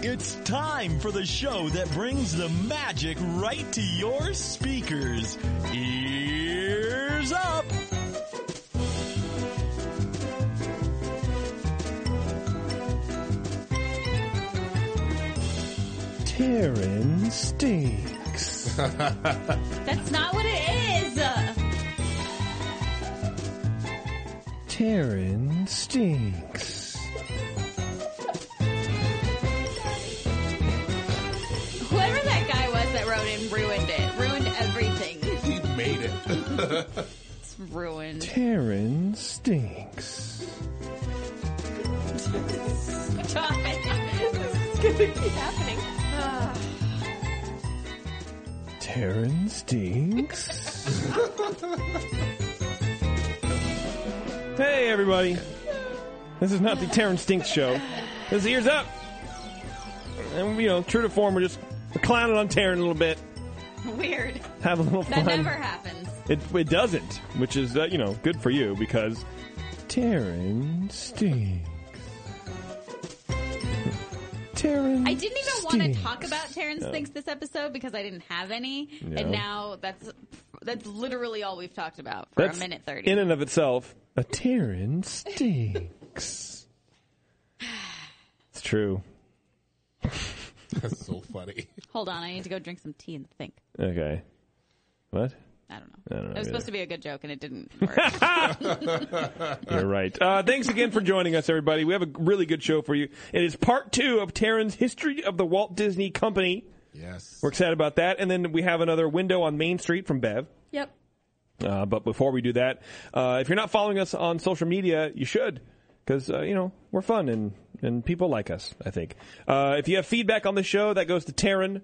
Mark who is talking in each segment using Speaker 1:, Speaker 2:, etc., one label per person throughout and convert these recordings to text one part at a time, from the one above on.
Speaker 1: It's time for the show that brings the magic right to your speakers. Ears up!
Speaker 2: Taryn stinks.
Speaker 3: That's not what it is.
Speaker 2: Taryn stinks.
Speaker 3: Whoever that guy was that wrote in ruined it. Ruined everything.
Speaker 4: He made it.
Speaker 3: It's ruined.
Speaker 2: Taryn stinks.
Speaker 3: Stop it. This is gonna keep happening. Ah.
Speaker 2: Taryn stinks. hey, everybody. This is not the Taryn stinks show. This is Ears Up. And, you know, true to form, we're just clowning on Taryn a little bit.
Speaker 3: Weird.
Speaker 2: Have a little
Speaker 3: That
Speaker 2: fun.
Speaker 3: never happens.
Speaker 2: It, it doesn't, which is, uh, you know, good for you because Taryn stinks. Taryn
Speaker 3: I didn't even want
Speaker 2: stinks.
Speaker 3: to talk about Terrence Thinks this episode because I didn't have any,
Speaker 2: Yeah.
Speaker 3: and now that's that's literally all we've talked about for
Speaker 2: That's
Speaker 3: a minute thirty.
Speaker 2: In and of itself, a Taryn stinks. it's true.
Speaker 4: That's so funny.
Speaker 3: Hold on, I need to go drink some tea and think.
Speaker 2: Okay. What?
Speaker 3: I don't know.
Speaker 2: I don't know
Speaker 3: it was
Speaker 2: either.
Speaker 3: supposed to be a good joke, and it didn't work.
Speaker 2: You're right. Uh, thanks again for joining us, everybody. We have a really good show for you. It is part two of Taryn's History of the Walt Disney Company.
Speaker 4: Yes.
Speaker 2: We're excited about that. And then we have another window on Main Street from Bev.
Speaker 3: yep.
Speaker 2: Uh, but before we do that, uh, if you're not following us on social media, you should, because uh, you know we're fun and and people like us. I think. Uh, if you have feedback on the show, that goes to Taryn,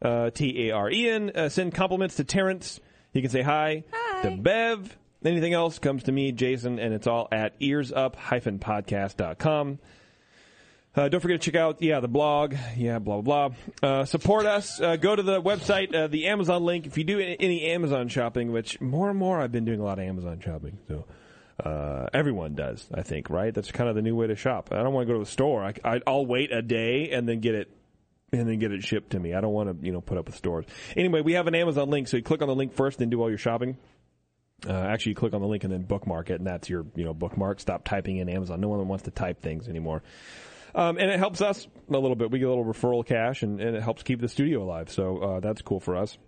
Speaker 2: uh, T A R E N. Uh, send compliments to Terrence. You can say hi,
Speaker 3: Hi.
Speaker 2: to Bev. Anything else comes to me, Jason, and it's all at earsup-podcast.com. Uh, don't forget to check out, yeah, the blog, yeah, blah, blah, blah. Uh, support us. Uh, go to the website, uh, the Amazon link. If you do a- any Amazon shopping, which more and more I've been doing a lot of Amazon shopping, so uh, everyone does, I think, right? That's kind of the new way to shop. I don't want to go to the store. I, I, I'll wait a day and then get it and then get it shipped to me. I don't want to, you know, put up with stores. Anyway, we have an Amazon link, so you click on the link first, then do all your shopping. Uh, actually, you click on the link and then bookmark it, and that's your, you know, bookmark. Stop typing in Amazon. No one wants to type things anymore. Um, and it helps us a little bit. We get a little referral cash, and, and it helps keep the studio alive. So uh, that's cool for us.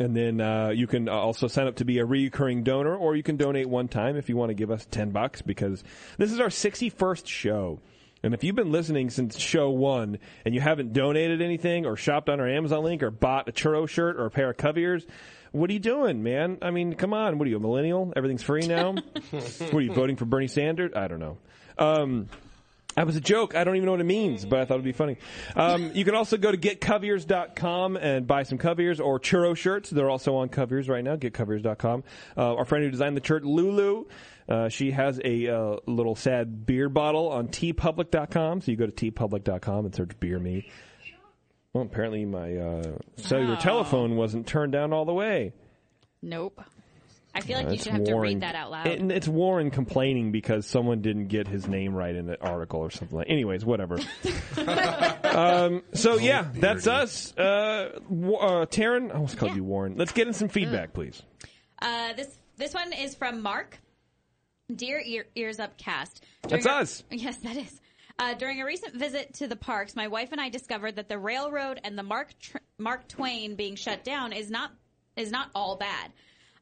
Speaker 2: And then uh, you can uh, also sign up to be a recurring donor, or you can donate one time if you want to give us ten bucks. Because this is our sixty-first show, and if you've been listening since show one and you haven't donated anything, or shopped on our Amazon link, or bought a churro shirt or a pair of covers, what are you doing, man? I mean, come on. What are you, a millennial? Everything's free now. what are you voting for Bernie Sanders? I don't know. Um, that was a joke. I don't even know what it means, but I thought it'd be funny. Um, you can also go to getcoveyears.com and buy some coveyears or churro shirts. They're also on coveyears right now, getcoveyears.com. Uh, our friend who designed the shirt, Lulu, uh, she has a uh, little sad beer bottle on tpublic.com. So you go to tpublic.com and search beer me. Well, apparently my uh, cellular
Speaker 3: Oh.
Speaker 2: telephone wasn't turned down all the way.
Speaker 3: Nope. I feel like you
Speaker 2: Uh, That's
Speaker 3: should have
Speaker 2: Warren-
Speaker 3: to read that out loud.
Speaker 2: And it's Warren complaining because someone didn't get his name right in the article or something like. Anyways, whatever. um, so yeah, that's us. Uh, Wa- uh, Taryn, I almost called
Speaker 3: Yeah.
Speaker 2: you Warren. Let's get in some feedback, please.
Speaker 3: Uh, this this one is from Mark. Dear Ear- Ears Up Cast.
Speaker 2: That's
Speaker 3: During a-
Speaker 2: us.
Speaker 3: Yes, that is. Uh, during a recent visit to the parks, my wife and I discovered that the railroad and the Mark Tr- Mark Twain being shut down is not is not all bad.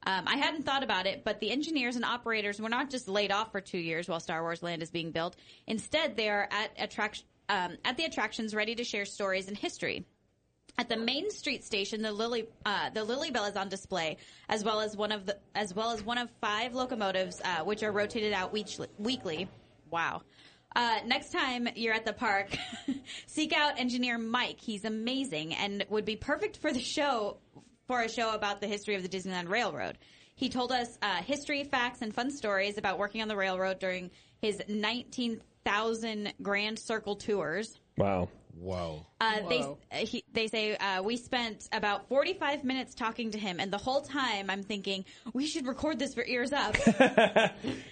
Speaker 3: Um, I hadn't thought about it, but the engineers and operators were not just laid off for two years while Star Wars Land is being built. Instead, they are at attraction um, at the attractions, ready to share stories and history. At the Main Street station, the Lily uh, the Lily Bell is on display, as well as one of the as well as one of five locomotives, uh, which are rotated out weech- weekly. Wow. Uh, next time you're at the park, seek out engineer Mike. He's amazing and would be perfect for the show for a show about the history of the Disneyland Railroad. He told us uh, history, facts, and fun stories about working on the railroad during his 19,000 Grand Circle tours.
Speaker 2: Wow.
Speaker 4: Wow.
Speaker 3: Uh, they
Speaker 5: Whoa.
Speaker 3: uh, he, they say uh, we spent about 45 minutes talking to him, and the whole time I'm thinking we should record this for ears up.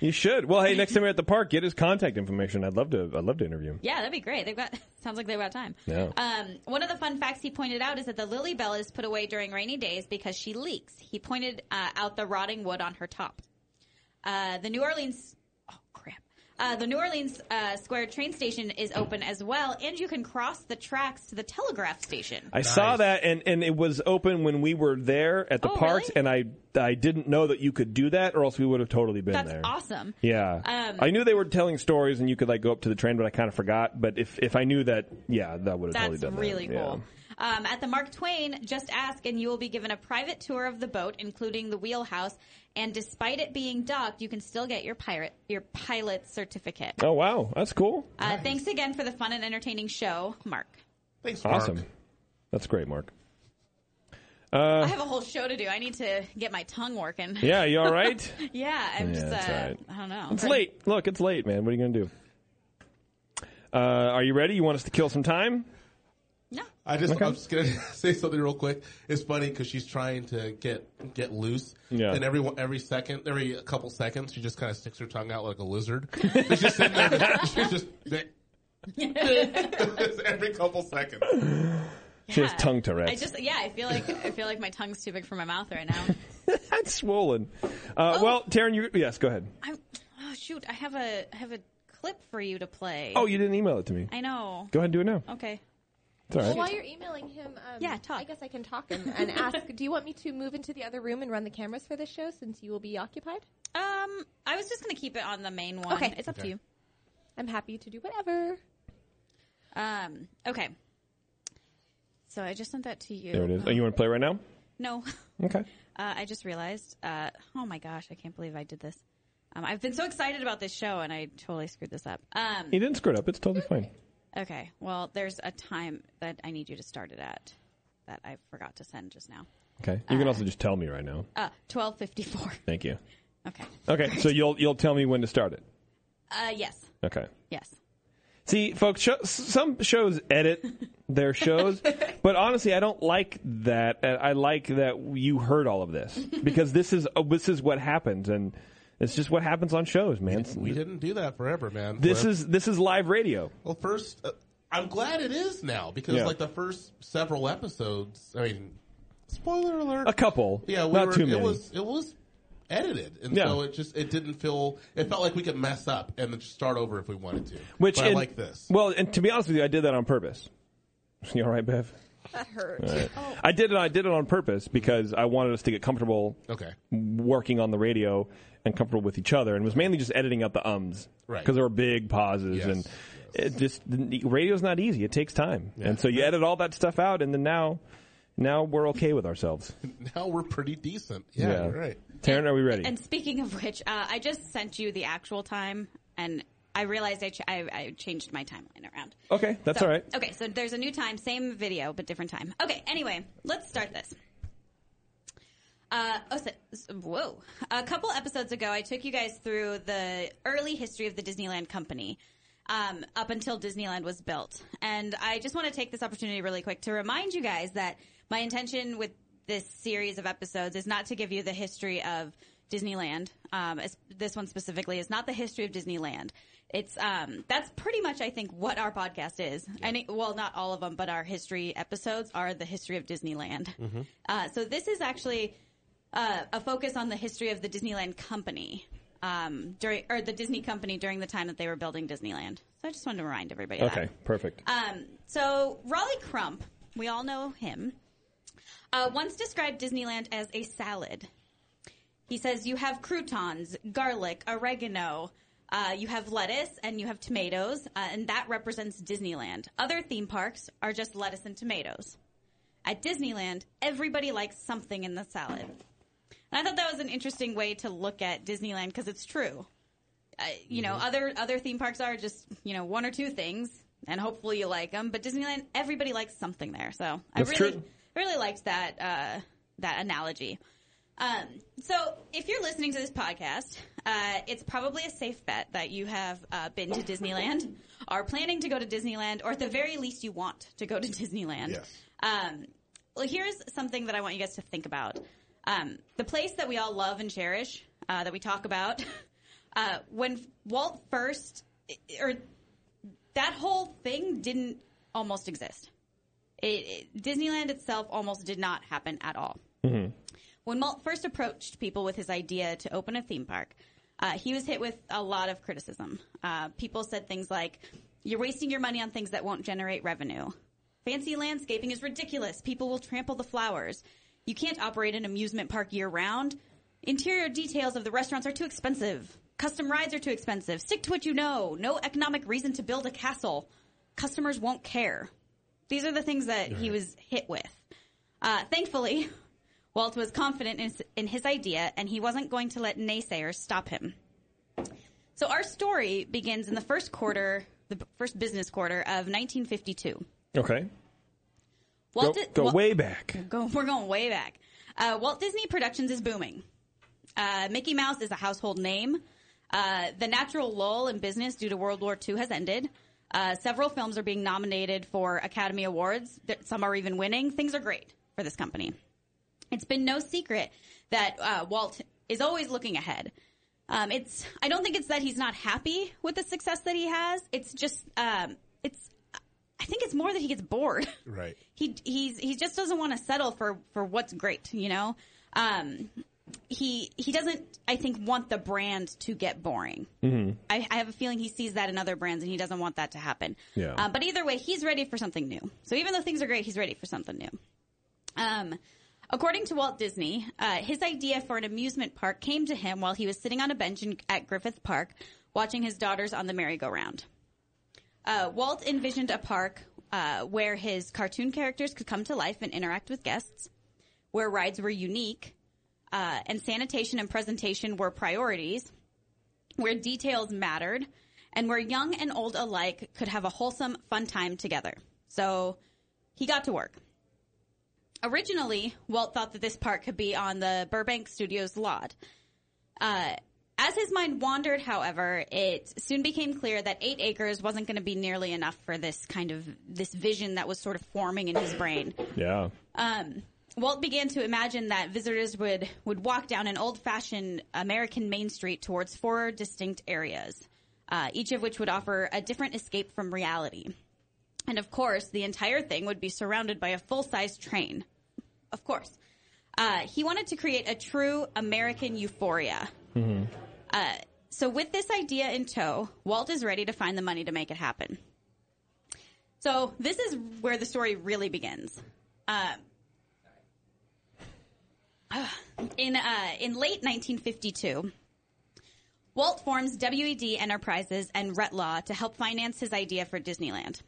Speaker 2: You should. Well, hey, next time you're at the park, get his contact information. I'd love to. I'd love to interview him.
Speaker 3: yeah, that'd be great. They've got sounds like they've got time.
Speaker 2: Yeah.
Speaker 3: Um, one of the fun facts he pointed out is that the lily bell is put away during rainy days because she leaks. He pointed uh, out the rotting wood on her top. Uh, the New Orleans. Oh crap. Uh, the New Orleans uh, Square train station is open as well, and you can cross the tracks to the telegraph station.
Speaker 2: I saw that, and, and it was open when we were there at the
Speaker 3: Oh,
Speaker 2: parks,
Speaker 3: really?
Speaker 2: and I I didn't know that you could do that, or else we would have totally been
Speaker 3: That's
Speaker 2: there.
Speaker 3: awesome.
Speaker 2: Yeah,
Speaker 3: Um,
Speaker 2: I knew they were telling stories, and you could like go up to the train, but I kind of forgot. But if if I knew that, yeah, that would have totally
Speaker 3: That's
Speaker 2: done that.
Speaker 3: really
Speaker 2: Yeah.
Speaker 3: cool. Um, at the Mark Twain, just ask and you will be given a private tour of the boat, including the wheelhouse. And despite it being docked, you can still get your pirate your pilot certificate.
Speaker 2: Oh wow, that's cool.
Speaker 3: Uh, Thanks again for the fun and entertaining show, Mark.
Speaker 4: Thanks, Mark.
Speaker 2: Awesome. That's great, Mark.
Speaker 3: I have a whole show to do. I need to get my tongue working. Yeah,
Speaker 2: Uh, Yeah, you all right?
Speaker 3: I'm
Speaker 2: Yeah,
Speaker 3: just.
Speaker 2: that's
Speaker 3: Uh,
Speaker 2: all right.
Speaker 3: I don't know.
Speaker 2: it's late. Look, it's late, man. What are you gonna do? Uh, are you ready? You want us to kill some time?
Speaker 3: No.
Speaker 4: I just I'm just gonna say something real quick. It's funny because she's trying to get get loose,
Speaker 2: Yeah.
Speaker 4: and every one- every second, every couple seconds, she just kind of sticks her tongue out like a lizard. she's just sitting there. She's just every couple seconds.
Speaker 2: She has
Speaker 3: Yeah.
Speaker 2: tongue Tourette's.
Speaker 3: I just yeah. I feel like I feel like my tongue's too big for my mouth right now.
Speaker 2: That's swollen. Uh,
Speaker 3: Oh.
Speaker 2: Well, Taryn, you yes, go ahead.
Speaker 3: I'm. Oh shoot! I have a I have a clip for you to play.
Speaker 2: Oh, you didn't email it to me.
Speaker 3: I know.
Speaker 2: Go ahead and do it now.
Speaker 3: Okay.
Speaker 2: It's all
Speaker 6: Well,
Speaker 2: right.
Speaker 6: while you're emailing him, um,
Speaker 3: Yeah, talk.
Speaker 6: I guess I can talk and, and ask. Do you want me to move into the other room and run the cameras for this show since you will be occupied?
Speaker 3: Um, I was just gonna keep it on the main one.
Speaker 6: Okay.
Speaker 3: it's up to you.
Speaker 6: I'm happy to do whatever.
Speaker 3: Um, okay. So I just sent that to you.
Speaker 2: There it is. Oh, you want to play right now?
Speaker 3: No,
Speaker 2: Okay.
Speaker 3: uh, I just realized. Uh, oh my gosh, I can't believe I did this. Um, I've been so excited about this show, and I totally screwed this up. Um,
Speaker 2: You didn't screw it up. It's totally fine.
Speaker 3: okay. Well, there's a time that I need you to start it at that I forgot to send just now.
Speaker 2: Okay. You can also just tell me right now.
Speaker 3: Uh, twelve fifty four.
Speaker 2: Thank you.
Speaker 3: Okay.
Speaker 2: Okay. So you'll you'll tell me when to start it.
Speaker 3: Uh, yes,
Speaker 2: Okay.
Speaker 3: yes.
Speaker 2: See, folks, show, s- some shows edit their shows, but honestly, I don't like that. And I like that you heard all of this because this is uh, this is what happens, and it's just what happens on shows, man.
Speaker 4: We didn't do that forever, man.
Speaker 2: This
Speaker 4: Well,
Speaker 2: is this is live radio.
Speaker 4: well. First, uh, I'm glad it is now because
Speaker 2: Yeah.
Speaker 4: like the first several episodes. I mean, spoiler alert.
Speaker 2: A couple,
Speaker 4: Yeah, we
Speaker 2: not
Speaker 4: were,
Speaker 2: too many.
Speaker 4: It was it was edited, and
Speaker 2: Yeah.
Speaker 4: so it just it didn't feel. It felt like we could mess up and then just start over if we wanted to.
Speaker 2: Which
Speaker 4: but I
Speaker 2: and-
Speaker 4: like this.
Speaker 2: Well, and to be honest with you, I did that on purpose. You all right, Bev?
Speaker 6: That hurt. Oh,
Speaker 2: I did it. I did it on purpose because I wanted us to get comfortable
Speaker 4: okay,
Speaker 2: working on the radio and comfortable with each other, and was mainly just editing out the ums,
Speaker 4: Right.
Speaker 2: Because there were big pauses,
Speaker 4: Yes.
Speaker 2: and it just the radio's not easy. It takes time, and so you edit all that stuff out, and then now, now we're okay with ourselves.
Speaker 4: now we're pretty decent. Yeah,
Speaker 2: Yeah.
Speaker 4: you're right.
Speaker 2: Taryn, are we ready?
Speaker 3: And speaking of which, uh, I just sent you the actual time, and I realized I, ch- I, I changed my timeline around.
Speaker 2: okay, that's
Speaker 3: So-
Speaker 2: all right.
Speaker 3: Okay, so there's a new time, same video, but different time. Okay, anyway, let's start this. Uh, oh, so, so- whoa. A couple episodes ago, I took you guys through the early history of the Disneyland Company. Um, up until Disneyland was built. And I just want to take this opportunity really quick to remind you guys that my intention with this series of episodes is not to give you the history of Disneyland. Um, es- this one specifically is not the history of Disneyland. It's um, that's pretty much I think what our podcast is. And it- well, not all of them, but our history episodes are the history of Disneyland. Uh, so this is actually uh, a focus on the history of the Disneyland Company um, during or the Disney Company during the time that they were building Disneyland. So I just wanted to remind everybody. Of
Speaker 2: Okay,
Speaker 3: that.
Speaker 2: perfect.
Speaker 3: Um, so Raleigh Crump, we all know him, uh, once described Disneyland as a salad. He says you have croutons, garlic, oregano, uh, you have lettuce, and you have tomatoes, uh, and that represents Disneyland. Other theme parks are just lettuce and tomatoes. At Disneyland, everybody likes something in the salad. And I thought that was an interesting way to look at Disneyland because it's true Uh, you know, other other theme parks are just you know one or two things, and hopefully you like them. But Disneyland, everybody likes something there, so I
Speaker 2: That's
Speaker 3: really
Speaker 2: true.
Speaker 3: I really liked that uh, that analogy. Um, so, if you're listening to this podcast, uh, it's probably a safe bet that you have uh, been to Disneyland, are planning to go to Disneyland, or at the very least, you want to go to Disneyland.
Speaker 4: Yes.
Speaker 3: Um, well, here's something that I want you guys to think about. Um, the place that we all love and cherish, uh, that we talk about, uh, when Walt first, or that whole thing didn't almost exist. It, it, Disneyland itself almost did not happen at all. When Walt first approached people with his idea to open a theme park, uh, he was hit with a lot of criticism. Uh, people said things like, "You're wasting your money on things that won't generate revenue. Fancy landscaping is ridiculous. People will trample the flowers. You can't operate an amusement park year round. Interior details of the restaurants are too expensive. Custom rides are too expensive. Stick to what you know. No economic reason to build a castle. Customers won't care." These are the things that he was hit with. Uh, thankfully, Walt was confident in his, in his idea, and he wasn't going to let naysayers stop him. So our story begins in the first quarter, the b- first business quarter of 1952.
Speaker 2: Okay. Go,
Speaker 3: Walt Di-
Speaker 2: go
Speaker 3: Wal-
Speaker 2: way back.
Speaker 3: Go, we're going way back. Uh, Walt Disney Productions is booming. Uh, Mickey Mouse is a household name. Uh, the natural lull in business due to World War II has ended. Uh, several films are being nominated for Academy Awards. Th- Some are even winning. Things are great for this company. It's been no secret that uh, Walt is always looking ahead. Um, it's I don't think it's that he's not happy with the success that he has. It's just um, it's I think it's more that he gets bored.
Speaker 4: Right.
Speaker 3: he he's he just doesn't want to settle for for what's great, you know. Um, he he doesn't I think want the brand to get boring. Mm-hmm. I, I have a feeling he sees that in other brands and he doesn't want that to happen.
Speaker 2: Yeah.
Speaker 3: Uh, but either way, he's ready for something new. So even though things are great, he's ready for something new. Um, according to Walt Disney, uh, his idea for an amusement park came to him while he was sitting on a bench in, at Griffith Park, watching his daughters on the merry-go-round. Uh, Walt envisioned a park uh, where his cartoon characters could come to life and interact with guests, where rides were unique, uh, and sanitation and presentation were priorities, where details mattered, and where young and old alike could have a wholesome, fun time together. So he got to work. Originally, Walt thought that this park could be on the Burbank Studios lot. Uh, as his mind wandered, however, it soon became clear that eight acres wasn't going to be nearly enough for this kind of this vision that was sort of forming in his brain.
Speaker 2: Yeah.
Speaker 3: Um, Walt began to imagine that visitors would would walk down an old fashioned American main street towards four distinct areas, uh, each of which would offer a different escape from reality. And of course, the entire thing would be surrounded by a full size train. Of course. Uh, he wanted to create a true American euphoria. Uh, so, with this idea in tow, Walt is ready to find the money to make it happen. So, this is where the story really begins. Um, in, uh, in late 1952, Walt forms WED Enterprises and Retlaw to help finance his idea for Disneyland.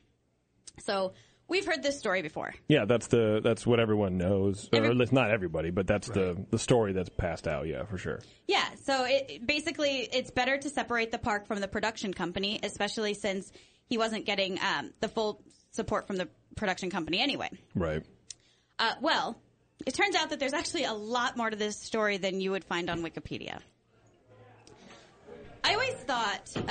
Speaker 3: So, we've heard this story before.
Speaker 2: Yeah, that's the that's what everyone knows, or
Speaker 3: Every-
Speaker 2: at least not everybody, but that's the the story that's passed out. Yeah, for sure.
Speaker 3: Yeah, so it basically it's better to separate the park from the production company, especially since he wasn't getting um, the full support from the production company anyway.
Speaker 2: Right.
Speaker 3: Uh, well, it turns out that there's actually a lot more to this story than you would find on Wikipedia. I always thought uh,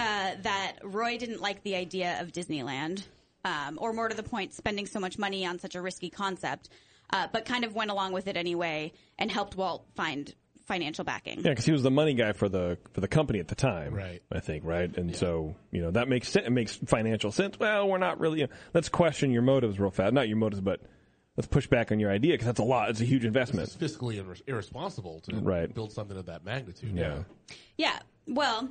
Speaker 3: that Roy didn't like the idea of Disneyland, um, or more to the point, spending so much money on such a risky concept, uh, but kind of went along with it anyway and helped Walt find financial backing.
Speaker 2: Yeah, because he was the money guy for the for the company at the time.
Speaker 4: Right.
Speaker 2: I think right, and so you know that makes sense. It makes financial sense. Well, we're not really. You know, let's question your motives real fast. Not your motives, but let's push back on your idea because that's a lot. It's a huge investment.
Speaker 4: It's fiscally irre- irresponsible to
Speaker 2: Right.
Speaker 4: build something of that magnitude.
Speaker 2: Yeah.
Speaker 3: Yeah. Well,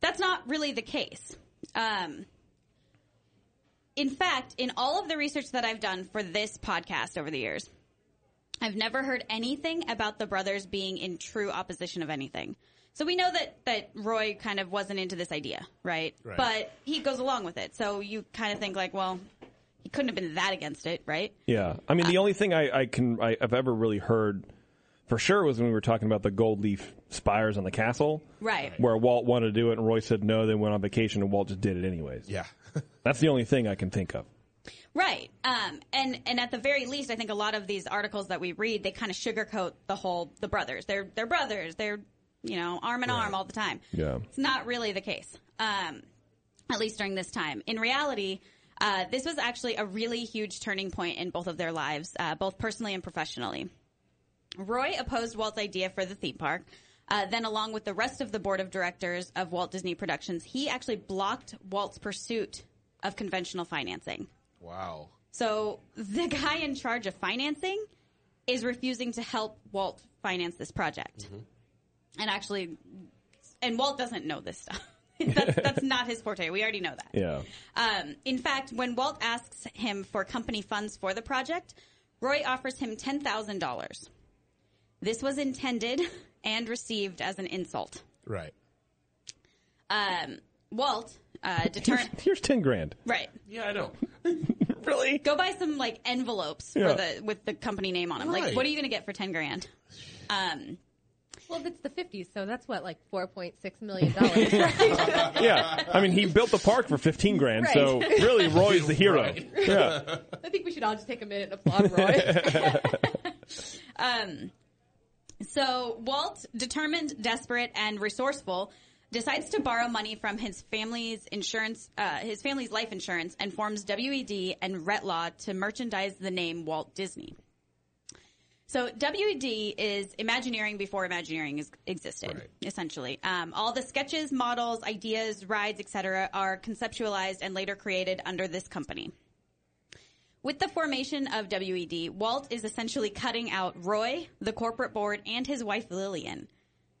Speaker 3: that's not really the case. Um, in fact, in all of the research that I've done for this podcast over the years, I've never heard anything about the brothers being in true opposition of anything. So we know that, that Roy kind of wasn't into this idea, right?
Speaker 4: Right.
Speaker 3: But he goes along with it. So you kind of think like, well, he couldn't have been that against it, right?
Speaker 2: Yeah, I mean, the only thing I, I can I, I've ever really heard for sure was when we were talking about the gold leaf spires on the castle,
Speaker 3: Right.
Speaker 2: Where Walt wanted to do it, and Roy said no. They went on vacation, and Walt just did it anyways.
Speaker 4: Yeah.
Speaker 2: That's the only thing I can think of.
Speaker 3: Right. Um, and and at the very least, I think a lot of these articles that we read, they kind of sugarcoat the whole the brothers. They're they're brothers. They're you know arm in arm all the time.
Speaker 2: Yeah.
Speaker 3: It's not really the case. Um, at least during this time. In reality, uh, this was actually a really huge turning point in both of their lives, uh, both personally and professionally. Roy opposed Walt's idea for the theme park. Uh, then, along with the rest of the board of directors of Walt Disney Productions, he actually blocked Walt's pursuit of conventional financing.
Speaker 4: Wow.
Speaker 3: So the guy in charge of financing is refusing to help Walt finance this project. And actually, and Walt doesn't know this stuff. that's, that's not his forte. We already know that.
Speaker 2: Yeah.
Speaker 3: Um, in fact, when Walt asks him for company funds for the project, Roy offers him $10,000. This was intended and received as an insult.
Speaker 4: Right.
Speaker 3: Um, Walt, uh, deter-
Speaker 2: Here's ten grand.
Speaker 3: right.
Speaker 4: Yeah, I know.
Speaker 2: Really?
Speaker 3: go buy some like envelopes
Speaker 2: Yeah.
Speaker 3: for the with the company name on them.
Speaker 4: Right.
Speaker 3: Like, what are you going to get for ten grand? Um,
Speaker 6: Well, if it's the 50s, so that's what, like $4.6 million. dollars.
Speaker 2: Yeah. I mean, he built the park for fifteen grand, so
Speaker 6: Right.
Speaker 2: really, Roy's the hero.
Speaker 4: Right.
Speaker 2: Yeah.
Speaker 6: I think we should all just take a minute and applaud Roy.
Speaker 3: so Walt, determined, desperate, and resourceful, decides to borrow money from his family's insurance, uh, his family's life insurance, and forms WED and Retlaw to merchandise the name Walt Disney. So WED is Imagineering before Imagineering is, existed,
Speaker 4: Right.
Speaker 3: essentially. Um, all the sketches, models, ideas, rides, etc., are conceptualized and later created under this company. With the formation of WED, Walt is essentially cutting out Roy, the corporate board, and his wife Lillian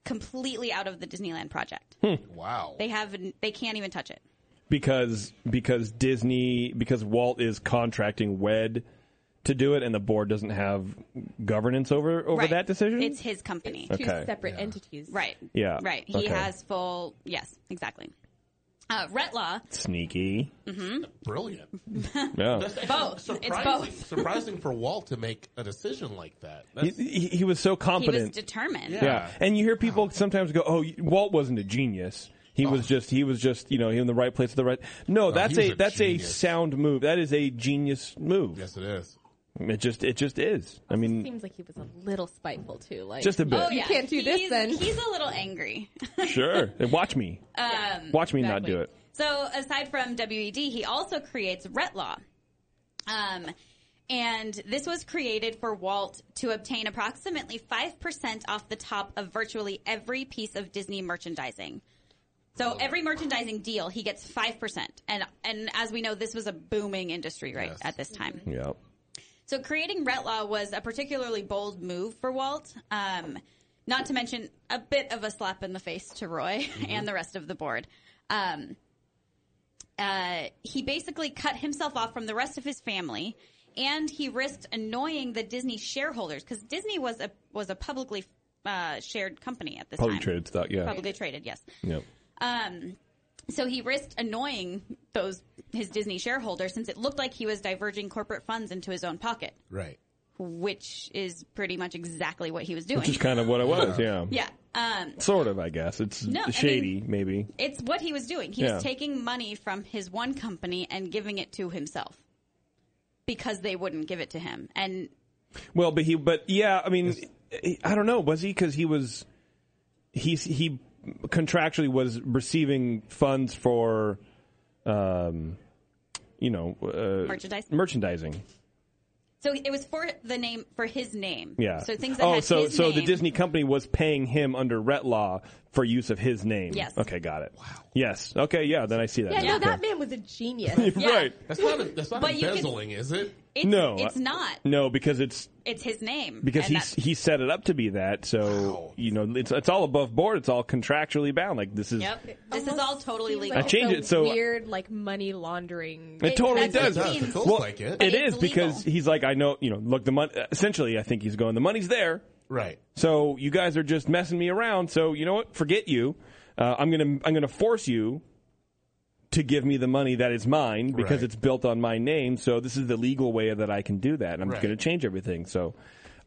Speaker 3: completely out of the Disneyland project.
Speaker 2: Hmm.
Speaker 4: Wow.
Speaker 3: They have they can't even touch it.
Speaker 2: Because because Disney because Walt is contracting Wed to do it, and the board doesn't have governance over over
Speaker 3: Right.
Speaker 2: that decision.
Speaker 3: It's his company.
Speaker 6: Two
Speaker 2: Okay.
Speaker 6: separate entities.
Speaker 3: Right.
Speaker 2: Yeah.
Speaker 3: Right. He
Speaker 2: Okay.
Speaker 3: has full yes, exactly. Uh, Retlaw
Speaker 2: sneaky.
Speaker 4: Brilliant.
Speaker 2: Yeah.
Speaker 3: Both. It's
Speaker 4: Surprising,
Speaker 3: both.
Speaker 4: surprising for Walt to make a decision like that.
Speaker 2: He,
Speaker 4: That's,
Speaker 2: he, he was so
Speaker 3: he was
Speaker 2: confident.
Speaker 3: determined.
Speaker 4: Yeah.
Speaker 2: Yeah, and you hear people sometimes go, "Oh, Walt wasn't a genius. He was just he was just you know he in the right place at the right." No, that's
Speaker 4: was
Speaker 2: a,
Speaker 4: a
Speaker 2: that's a
Speaker 4: genius.
Speaker 2: sound move. That is a genius move.
Speaker 4: yes, it is.
Speaker 2: It just it just is. I mean,
Speaker 6: Seems like he was a little spiteful, too. Like
Speaker 2: just a bit.
Speaker 3: Oh,
Speaker 6: You
Speaker 3: yeah.
Speaker 6: can't do this,
Speaker 3: He's-
Speaker 6: then.
Speaker 3: He's a little angry.
Speaker 2: Sure, and watch me,
Speaker 3: Um,
Speaker 2: watch me not
Speaker 6: exactly.
Speaker 2: do it.
Speaker 3: So aside from WED, he also creates Retlaw. Um, and this was created for Walt to obtain approximately 5% off the top of virtually every piece of Disney merchandising. So every merchandising deal, he gets 5%. And, and as we know, this was a booming industry right
Speaker 4: Yes.
Speaker 3: at this time.
Speaker 2: Yeah,
Speaker 3: So creating Retlaw was a particularly bold move for Walt. Um, not to mention a bit of a slap in the face to Roy
Speaker 2: Mm-hmm.
Speaker 3: and the rest of the board. Um, uh, he basically cut himself off from the rest of his family, and he risked annoying the Disney shareholders because Disney was a was a publicly uh, shared company at this
Speaker 2: publicly
Speaker 3: time.
Speaker 2: traded stock. Yeah,
Speaker 3: Publicly traded, yes.
Speaker 2: yeah.
Speaker 3: Um, so he risked annoying those his Disney shareholders since it looked like he was diverging corporate funds into his own pocket
Speaker 4: Right.
Speaker 3: which is pretty much exactly what he was doing.
Speaker 2: Which is kind of what it was. Yeah,
Speaker 3: yeah. Um,
Speaker 2: sort of. I guess it's
Speaker 3: No, I
Speaker 2: shady, maybe.
Speaker 3: it's what he was doing. He
Speaker 2: Yeah.
Speaker 3: was taking money from his one company and giving it to himself because they wouldn't give it to him. And
Speaker 2: Well, but he, but yeah, I mean, I don't know. Was he because he was he he contractually was receiving funds for, um, you know, uh,
Speaker 3: Merchandise?
Speaker 2: merchandising.
Speaker 3: so it was for the name for his name.
Speaker 2: Yeah.
Speaker 3: So things that
Speaker 2: oh,
Speaker 3: had
Speaker 2: so
Speaker 3: his
Speaker 2: so the
Speaker 3: name-
Speaker 2: Disney company was paying him under Rett law for use of his name.
Speaker 3: Yes.
Speaker 2: Okay, got it. Wow. Yes. Okay. Yeah. Then I see that.
Speaker 6: yeah,
Speaker 2: now.
Speaker 6: no,
Speaker 2: Okay.
Speaker 6: that man was a genius.
Speaker 3: Yeah.
Speaker 2: Right.
Speaker 4: That's not, a, that's not
Speaker 3: But you can-
Speaker 4: embezzling, is it?
Speaker 3: It's,
Speaker 2: No,
Speaker 3: it's
Speaker 2: I-
Speaker 3: not.
Speaker 2: No, because it's
Speaker 3: It's his name.
Speaker 2: because
Speaker 3: And
Speaker 2: he
Speaker 3: that's-
Speaker 2: he set it up to be that. So
Speaker 4: Wow.
Speaker 2: you know, it's it's all above board. It's all contractually bound. Like this is
Speaker 3: Yep. This is
Speaker 6: Almost
Speaker 3: all totally
Speaker 6: seemed
Speaker 3: legal.
Speaker 6: like
Speaker 2: I changed
Speaker 6: it's a
Speaker 2: it so-
Speaker 6: weird like money laundering.
Speaker 2: It totally
Speaker 3: That's
Speaker 2: does.
Speaker 3: what it
Speaker 4: It
Speaker 3: means.
Speaker 4: feels
Speaker 2: Well,
Speaker 4: like it.
Speaker 2: it is
Speaker 3: it's
Speaker 2: because
Speaker 3: legal.
Speaker 2: he's like, I know, you know, look, the money. Essentially, I think he's going, the money's there.
Speaker 4: Right.
Speaker 2: So you guys are just messing me around. So you know what? Forget you. Uh, I'm gonna I'm gonna force you to give me the money that is mine because
Speaker 4: Right.
Speaker 2: it's built on my name. So this is the legal way that I can do that, and I'm just
Speaker 4: Right.
Speaker 2: gonna change everything. So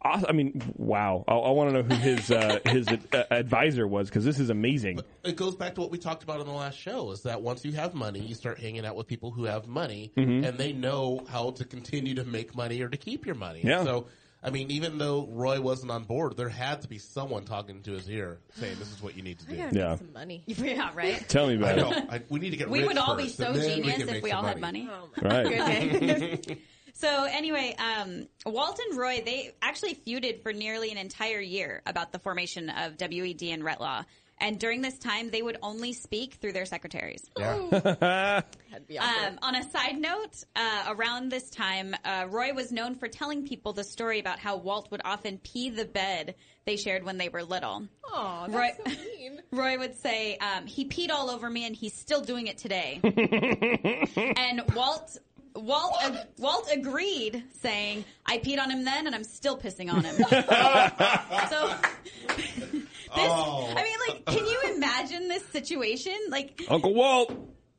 Speaker 2: awesome. I mean, wow. I, I want to know who his uh, his uh, advisor was because this is amazing.
Speaker 4: it goes back to what we talked about in the last show is that once you have money, you start hanging out with people who have money
Speaker 2: Mm-hmm.
Speaker 4: and they know how to continue to make money or to keep your money.
Speaker 2: Yeah.
Speaker 4: So, I mean, even though Roy wasn't on board, there had to be someone talking to his ear saying, this is what you need to
Speaker 6: I
Speaker 4: do.
Speaker 6: gotta
Speaker 2: Yeah.
Speaker 6: make some money.
Speaker 3: Yeah, right.
Speaker 2: Tell me
Speaker 4: I
Speaker 2: about
Speaker 4: know.
Speaker 2: it.
Speaker 4: I, we need to get
Speaker 3: We
Speaker 4: rich
Speaker 3: would all be
Speaker 4: first,
Speaker 3: so
Speaker 4: and then we
Speaker 3: genius
Speaker 4: can make
Speaker 3: if we
Speaker 4: some
Speaker 3: all had money.
Speaker 6: Oh my.
Speaker 2: Right.
Speaker 3: So anyway, um, Walt and Roy they actually feuded for nearly an entire year about the formation of WED and Retlaw, and during this time they would only speak through their secretaries.
Speaker 4: Yeah.
Speaker 6: That'd be awkward.
Speaker 3: Um, on a side note, uh, around this time, uh, Roy was known for telling people the story about how Walt would often pee the bed they shared when they were little.
Speaker 6: Aw, that's
Speaker 3: right.
Speaker 6: so mean.
Speaker 3: Roy would say, um, he peed all over me and he's still doing it today. and Walt, Walt, ag- Walt agreed saying, I peed on him then and I'm still pissing on him. so this,
Speaker 4: Oh.
Speaker 3: I mean, like, can you imagine this situation? Like,
Speaker 2: Uncle Walt.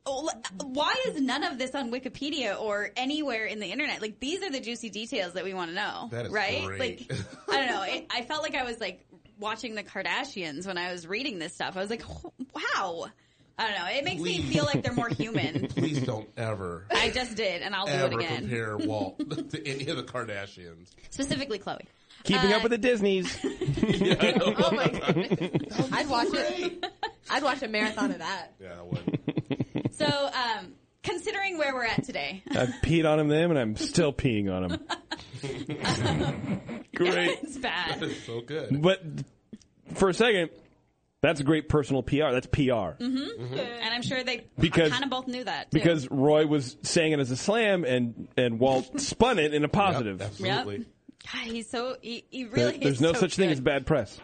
Speaker 3: Oh, l- why is none of this on Wikipedia or anywhere in the internet? Like these are the juicy details that we want to know,
Speaker 4: That is
Speaker 3: right?
Speaker 4: great.
Speaker 3: Like I don't know. It, I felt like I was like watching the Kardashians when I was reading this stuff. I was like, "Oh, wow. I don't know. It makes me
Speaker 4: Please.
Speaker 3: feel like they're more human.
Speaker 4: Please don't ever,
Speaker 3: I just did, and I'll do it
Speaker 4: ever
Speaker 3: again.
Speaker 4: compare Walt to any of the Kardashians.
Speaker 3: Specifically, Chloe.
Speaker 2: Keeping
Speaker 3: Uh,
Speaker 2: up with the Disneys.
Speaker 4: Yeah, I know.
Speaker 6: Oh my god. I'd watch it. I'd watch a marathon of that.
Speaker 4: Yeah, I would.
Speaker 3: So, um, considering where we're at today,
Speaker 2: I peed on him then, and I'm still peeing on him. Great.
Speaker 3: it's bad.
Speaker 4: That's so good.
Speaker 2: But for a second, that's great personal PR. That's PR
Speaker 3: And I'm sure they
Speaker 2: Because-
Speaker 3: kind of both knew that too.
Speaker 2: because Roy was saying it as a slam, and and Walt spun it in a positive.
Speaker 4: Yep,
Speaker 3: Yep.
Speaker 4: absolutely.
Speaker 3: God, he's so he, he
Speaker 2: There-
Speaker 3: really.
Speaker 2: There's
Speaker 3: is
Speaker 2: no
Speaker 3: so
Speaker 2: such thing
Speaker 3: good.
Speaker 2: as bad press.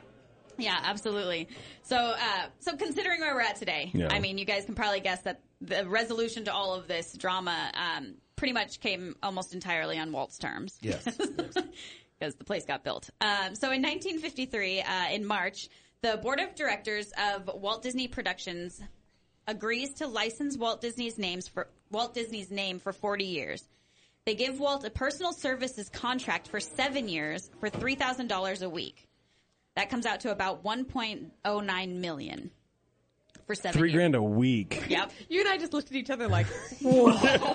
Speaker 3: Yeah, absolutely. So, uh, so considering where we're at today,
Speaker 2: Yeah.
Speaker 3: I mean, you guys can probably guess that the resolution to all of this drama um, pretty much came almost entirely on Walt's terms.
Speaker 4: Yes.
Speaker 3: because the place got built. Um, so in 1953, uh, in March, the board of directors of Walt Disney Productions agrees to license Walt Disney's names for Walt Disney's name for 40 years. They give Walt a personal services contract for seven years for three thousand dollars a week. That comes out to about 1.09 million for seven.
Speaker 2: Three
Speaker 3: years.
Speaker 2: grand a week.
Speaker 3: Yep,
Speaker 6: You and I just looked at each other like,
Speaker 2: That's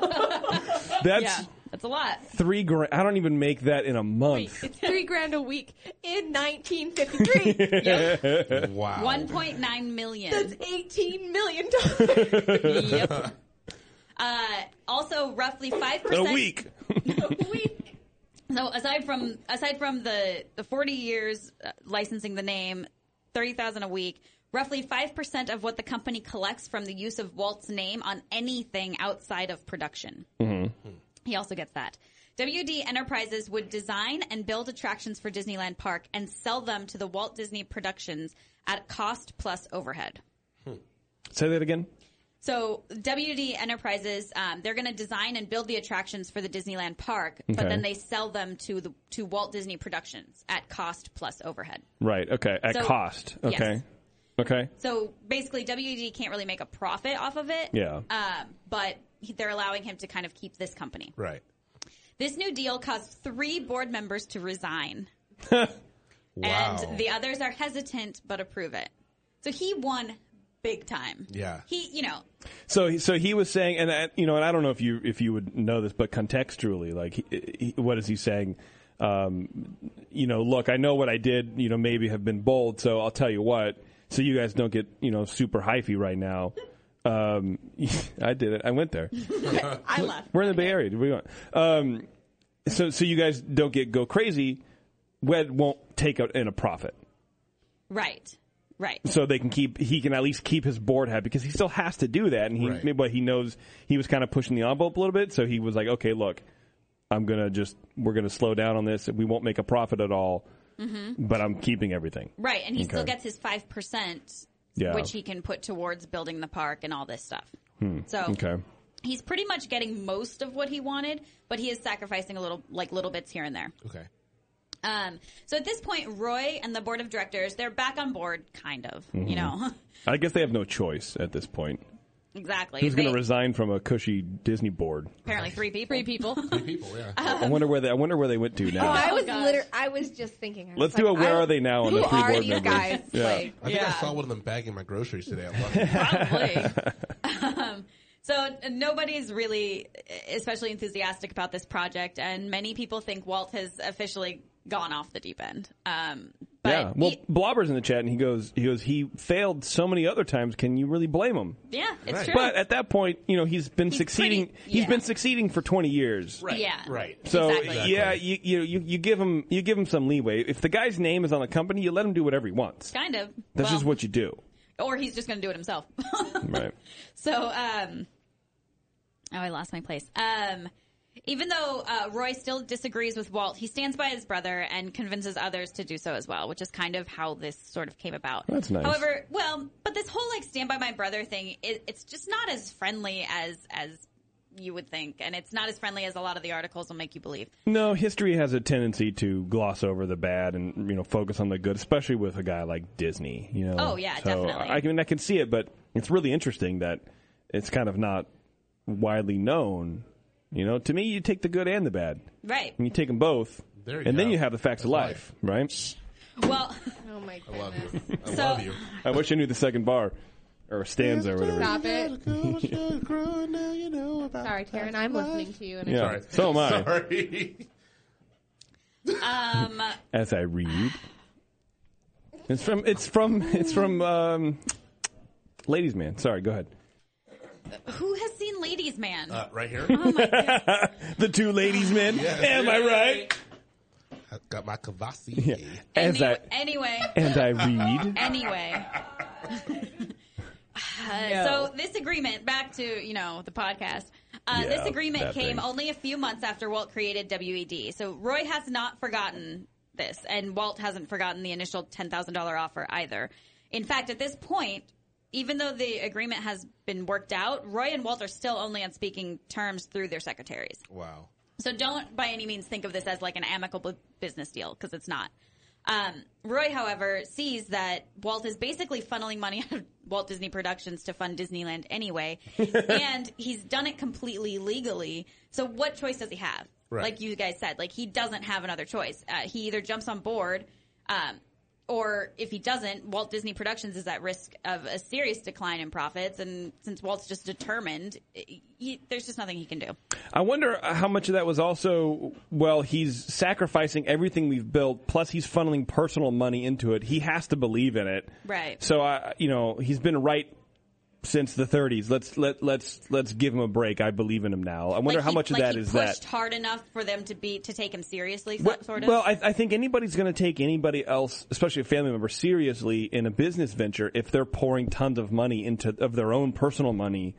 Speaker 3: yeah, that's a lot.
Speaker 2: three grand. I don't even make that in a month.
Speaker 6: it's three grand a week in 1953.
Speaker 4: Wow.
Speaker 3: 1.9 million.
Speaker 6: That's 18 million dollars.
Speaker 3: yep. Uh, also, roughly five
Speaker 2: A
Speaker 3: percent
Speaker 2: week.
Speaker 3: So aside from aside from the the forty years uh, licensing the name, thirty thousand a week. Roughly five percent of what the company collects from the use of Walt's name on anything outside of production. He also gets that. WD Enterprises would design and build attractions for Disneyland Park and sell them to the Walt Disney Productions at cost plus overhead.
Speaker 2: Say that again.
Speaker 3: So WD Enterprises, um, they're going to design and build the attractions for the Disneyland park, but
Speaker 2: Okay.
Speaker 3: then they sell them to the to Walt Disney Productions at cost plus overhead.
Speaker 2: Right. Okay. At
Speaker 3: So-
Speaker 2: cost.
Speaker 3: yes.
Speaker 2: Okay. Okay.
Speaker 3: So basically, WD can't really make a profit off of it.
Speaker 2: Yeah.
Speaker 3: Um, but he- they're allowing him to kind of keep this company.
Speaker 4: Right.
Speaker 3: This new deal caused three board members to resign,
Speaker 4: Wow.
Speaker 3: and the others are hesitant but approve it. So he won big time.
Speaker 4: Yeah.
Speaker 3: He, you know,
Speaker 2: So, he- so he was saying, and I, you know, and I don't know if you if you would know this, but contextually, like, he, he, what is he saying? Um, you know, look, I know what I did. You know, maybe have been bold. So I'll tell you what. So you guys don't get you know super hyphy right now. Um, I did it. I went there.
Speaker 6: I left.
Speaker 2: We're in the Bay Area. What do you want? Um, so, so you guys don't get go crazy. Wed won't take out in a profit,
Speaker 3: right, right.
Speaker 2: so they can keep. He can at least keep his board happy because he still has to do that. And he,
Speaker 4: Right.
Speaker 2: but he knows he was kind of pushing the envelope a little bit. So he was like, okay, look, I'm gonna just we're gonna slow down on this. We won't make a profit at all,
Speaker 3: Mm-hmm.
Speaker 2: but I'm keeping everything.
Speaker 3: Right, and he still
Speaker 2: Okay.
Speaker 3: gets his five percent,
Speaker 2: Yeah.
Speaker 3: which he can put towards building the park and all this stuff. So
Speaker 2: Hmm. Okay.
Speaker 3: he's pretty much getting most of what he wanted, but he is sacrificing a little, like little bits here and there.
Speaker 4: okay.
Speaker 3: Um, so at this point, Roy and the board of
Speaker 2: Mm-hmm.
Speaker 3: directors they're back on board, kind of. You know,
Speaker 2: I guess they have no choice at this point.
Speaker 3: Exactly.
Speaker 2: Who's going
Speaker 3: They-
Speaker 2: to resign from a cushy Disney board?
Speaker 3: Apparently, three people.
Speaker 6: Three people.
Speaker 4: Three people, yeah.
Speaker 3: Uh, Uh-huh.
Speaker 2: I wonder where they. I wonder where they went to
Speaker 6: Oh,
Speaker 2: now.
Speaker 6: I was
Speaker 3: gosh.
Speaker 6: liter- I was just thinking. I
Speaker 2: Let's
Speaker 6: was
Speaker 2: do a
Speaker 6: like,
Speaker 2: where
Speaker 6: I-
Speaker 2: are they now on
Speaker 6: Who
Speaker 2: the three
Speaker 6: are
Speaker 2: board
Speaker 6: these
Speaker 2: members.
Speaker 6: guys?
Speaker 2: Yeah.
Speaker 6: Like,
Speaker 4: I think I
Speaker 3: Yeah.
Speaker 4: saw one of them bagging my groceries today. I love it.
Speaker 3: Probably. Um, so nobody's really especially enthusiastic about this project, and many people think Walt has officially gone off the deep end. Um, but
Speaker 2: yeah. Well,
Speaker 3: he-
Speaker 2: Blobber's in the chat, and he goes, he goes, he failed so many other times. Can you really blame him?
Speaker 3: yeah, it's
Speaker 4: Right.
Speaker 3: true.
Speaker 2: But at that point, you know, he's been succeeding.
Speaker 3: pretty-
Speaker 2: He's
Speaker 3: yeah.
Speaker 2: been succeeding for twenty years.
Speaker 4: Right.
Speaker 3: Yeah.
Speaker 4: Right.
Speaker 2: So
Speaker 3: Exactly.
Speaker 2: yeah, you, you you you give him you give him some leeway. If the guy's name is on the company, you let him do whatever he wants.
Speaker 3: kind of.
Speaker 2: That's
Speaker 3: well,
Speaker 2: just what you do,
Speaker 3: or he's just going to do it himself.
Speaker 2: right?
Speaker 3: So, um, oh, I lost my place. Um, even though uh, Roy still disagrees with Walt, he stands by his brother and convinces others to do so as well, which is kind of how this sort of came about.
Speaker 2: That's nice.
Speaker 3: However, well, but this whole like stand by my brother thing, it, it's just not as friendly as as you would think, and it's not as friendly as a lot of the articles will make you believe.
Speaker 2: No, history has a tendency to gloss over the bad and you know focus on the good, especially with a guy like Disney. You know.
Speaker 3: Oh, yeah,
Speaker 2: so
Speaker 3: definitely.
Speaker 2: I can I can see it, but it's really interesting that it's kind of not widely known. You know, to me, you take the good and the bad,
Speaker 3: Right.
Speaker 2: and you take them both,
Speaker 4: There you
Speaker 2: and then
Speaker 4: go.
Speaker 2: you have the facts of life, right?
Speaker 3: Well,
Speaker 6: Oh my
Speaker 4: I love
Speaker 6: goodness.
Speaker 4: you. I
Speaker 3: So-
Speaker 4: love you.
Speaker 2: I wish I knew the second bar or stanza or whatever.
Speaker 6: Stop it. Sorry,
Speaker 4: Sorry,
Speaker 6: Taryn. I'm listening to you. And
Speaker 2: Yeah.
Speaker 6: I-
Speaker 2: So am I.
Speaker 4: Sorry.
Speaker 3: um,
Speaker 2: as I read. It's from it's from it's from um, Ladies Man. Sorry, go ahead.
Speaker 3: who has seen Ladies Man?
Speaker 4: Uh, right here.
Speaker 2: The two ladies men. Am I right?
Speaker 4: I got my Kavasi.
Speaker 2: As I
Speaker 3: anyway.
Speaker 2: and I read.
Speaker 3: anyway. Uh, So this agreement, back to you know the podcast. Uh,
Speaker 2: Yeah,
Speaker 3: this agreement
Speaker 2: that
Speaker 3: came
Speaker 2: thing.
Speaker 3: only a few months after Walt created WED. So Roy has not forgotten this, and Walt hasn't forgotten the initial ten thousand dollar offer either. In fact, at this point, even though the agreement has been worked out, Roy and Walt are still only on speaking terms through their secretaries.
Speaker 4: Wow.
Speaker 3: So don't by any means think of this as like an amicable business deal because it's not. Um, Roy, however, sees that Walt is basically funneling money out of Walt Disney Productions to fund Disneyland anyway, and he's done it completely legally. So what choice does he have?
Speaker 4: Right.
Speaker 3: Like you guys said, like he doesn't have another choice. Uh, he either jumps on board, um, or if he doesn't, Walt Disney Productions is at risk of a serious decline in profits. And since Walt's just determined, he, he, there's just nothing he can do.
Speaker 2: I wonder how much of that was also well, he's sacrificing everything we've built, plus he's funneling personal money into it. He has to believe in it.
Speaker 3: Right.
Speaker 2: So I you know, he's been right since the 30s. Let's let let's let's give him a break. I believe in him now. I wonder
Speaker 3: Like
Speaker 2: how
Speaker 3: he-
Speaker 2: much of
Speaker 3: like
Speaker 2: that
Speaker 3: he
Speaker 2: is that.
Speaker 3: pushed hard enough for them to be to take him seriously, so-
Speaker 2: Well,
Speaker 3: sort of.
Speaker 2: well, I, I think anybody's going to take anybody else, especially a family member, seriously in a business venture if they're pouring tons of money into of their own personal money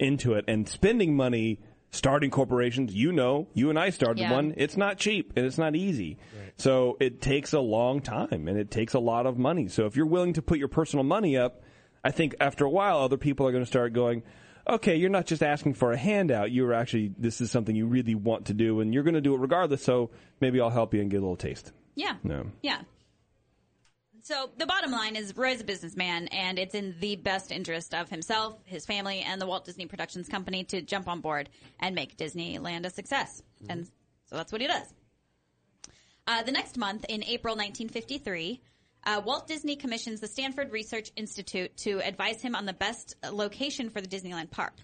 Speaker 2: into it and spending money starting corporations. You know, you and I started
Speaker 3: Yeah.
Speaker 2: one. It's not cheap and it's not easy. So it takes a long time and it takes a lot of money. So if you're willing to put your personal money up, I think after a while other people are going to start going. Okay, you're not just asking for a handout. You're actually this is something you really want to do, and you're going to do it regardless. So maybe I'll help you and get a little taste.
Speaker 3: yeah,
Speaker 2: No.
Speaker 3: yeah. So the bottom line is, Roy's a businessman, and it's in the best interest of himself, his family, and the Walt Disney Productions Company to jump on board and make Disneyland a success. And so that's what he does. Uh, the next month, in April 1953, uh, Walt Disney commissions the Stanford Research Institute to advise him on the best location for the Disneyland park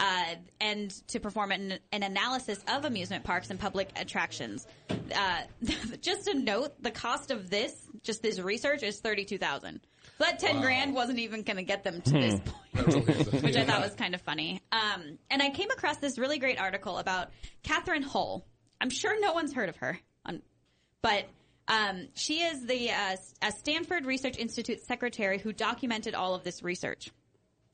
Speaker 3: uh, and to perform an, an analysis of amusement parks and public attractions. Uh, just a note: the cost of this, just this research, is thirty-two thousand. So that ten grand wasn't even going to get them to this point which I thought was kind of funny. Um, and I came across this really great article about Catherine Hull. I'm sure no one's heard of her, um, but um, she is the uh, S- a Stanford Research Institute secretary who documented all of this research.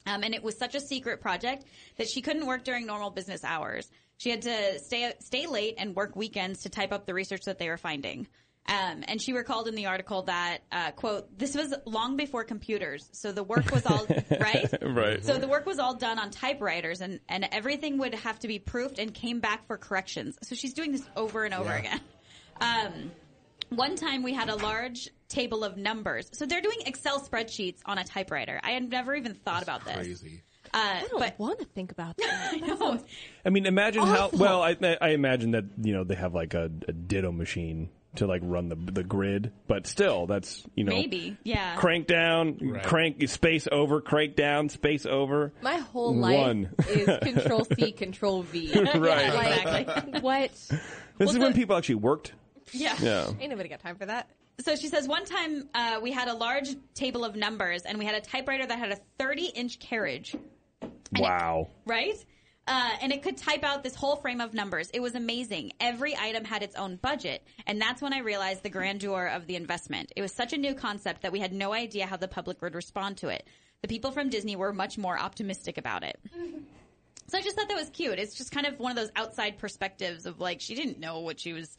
Speaker 3: Um, and it was such a secret project that she couldn't work during normal business hours. She had to stay stay late and work weekends to type up the research that they were finding. Um, and she recalled in the article that uh, quote This was long before computers, so the work was all right.
Speaker 2: Right.
Speaker 3: So the work was all done on typewriters, and and everything would have to be proofed and came back for corrections. So she's doing this over and over
Speaker 4: Yeah.
Speaker 3: again. Um, one time we had a large table of numbers. So they're doing Excel spreadsheets on a typewriter. I had never even thought about this.
Speaker 4: Crazy.
Speaker 3: Uh,
Speaker 6: I don't
Speaker 3: but
Speaker 6: want to think about that.
Speaker 3: I know.
Speaker 2: I mean, imagine how well I, I imagine that you know they have like a, a ditto machine to like run the the grid, but still, that's you know
Speaker 3: maybe, yeah.
Speaker 2: crank down, crank space over, crank down, space over.
Speaker 6: My whole life
Speaker 2: One.
Speaker 6: is Control C, Control V.
Speaker 2: Right.
Speaker 3: exactly.
Speaker 6: what?
Speaker 2: This is
Speaker 3: so-
Speaker 2: when people actually worked.
Speaker 3: Yeah.
Speaker 2: Yeah.
Speaker 6: Ain't nobody got time for that.
Speaker 3: So she says one time uh, we had a large table of numbers and we had a typewriter that had a 30 inch carriage,
Speaker 2: Wow.
Speaker 3: right? Uh, and it could type out this whole frame of numbers. It was amazing. Every item had its own budget. And that's when I realized the grandeur of the investment. It was such a new concept that we had no idea how the public would respond to it. The people from Disney were much more optimistic about it. So I just thought that was cute. It's just kind of one of those outside perspectives of like, she didn't know what she was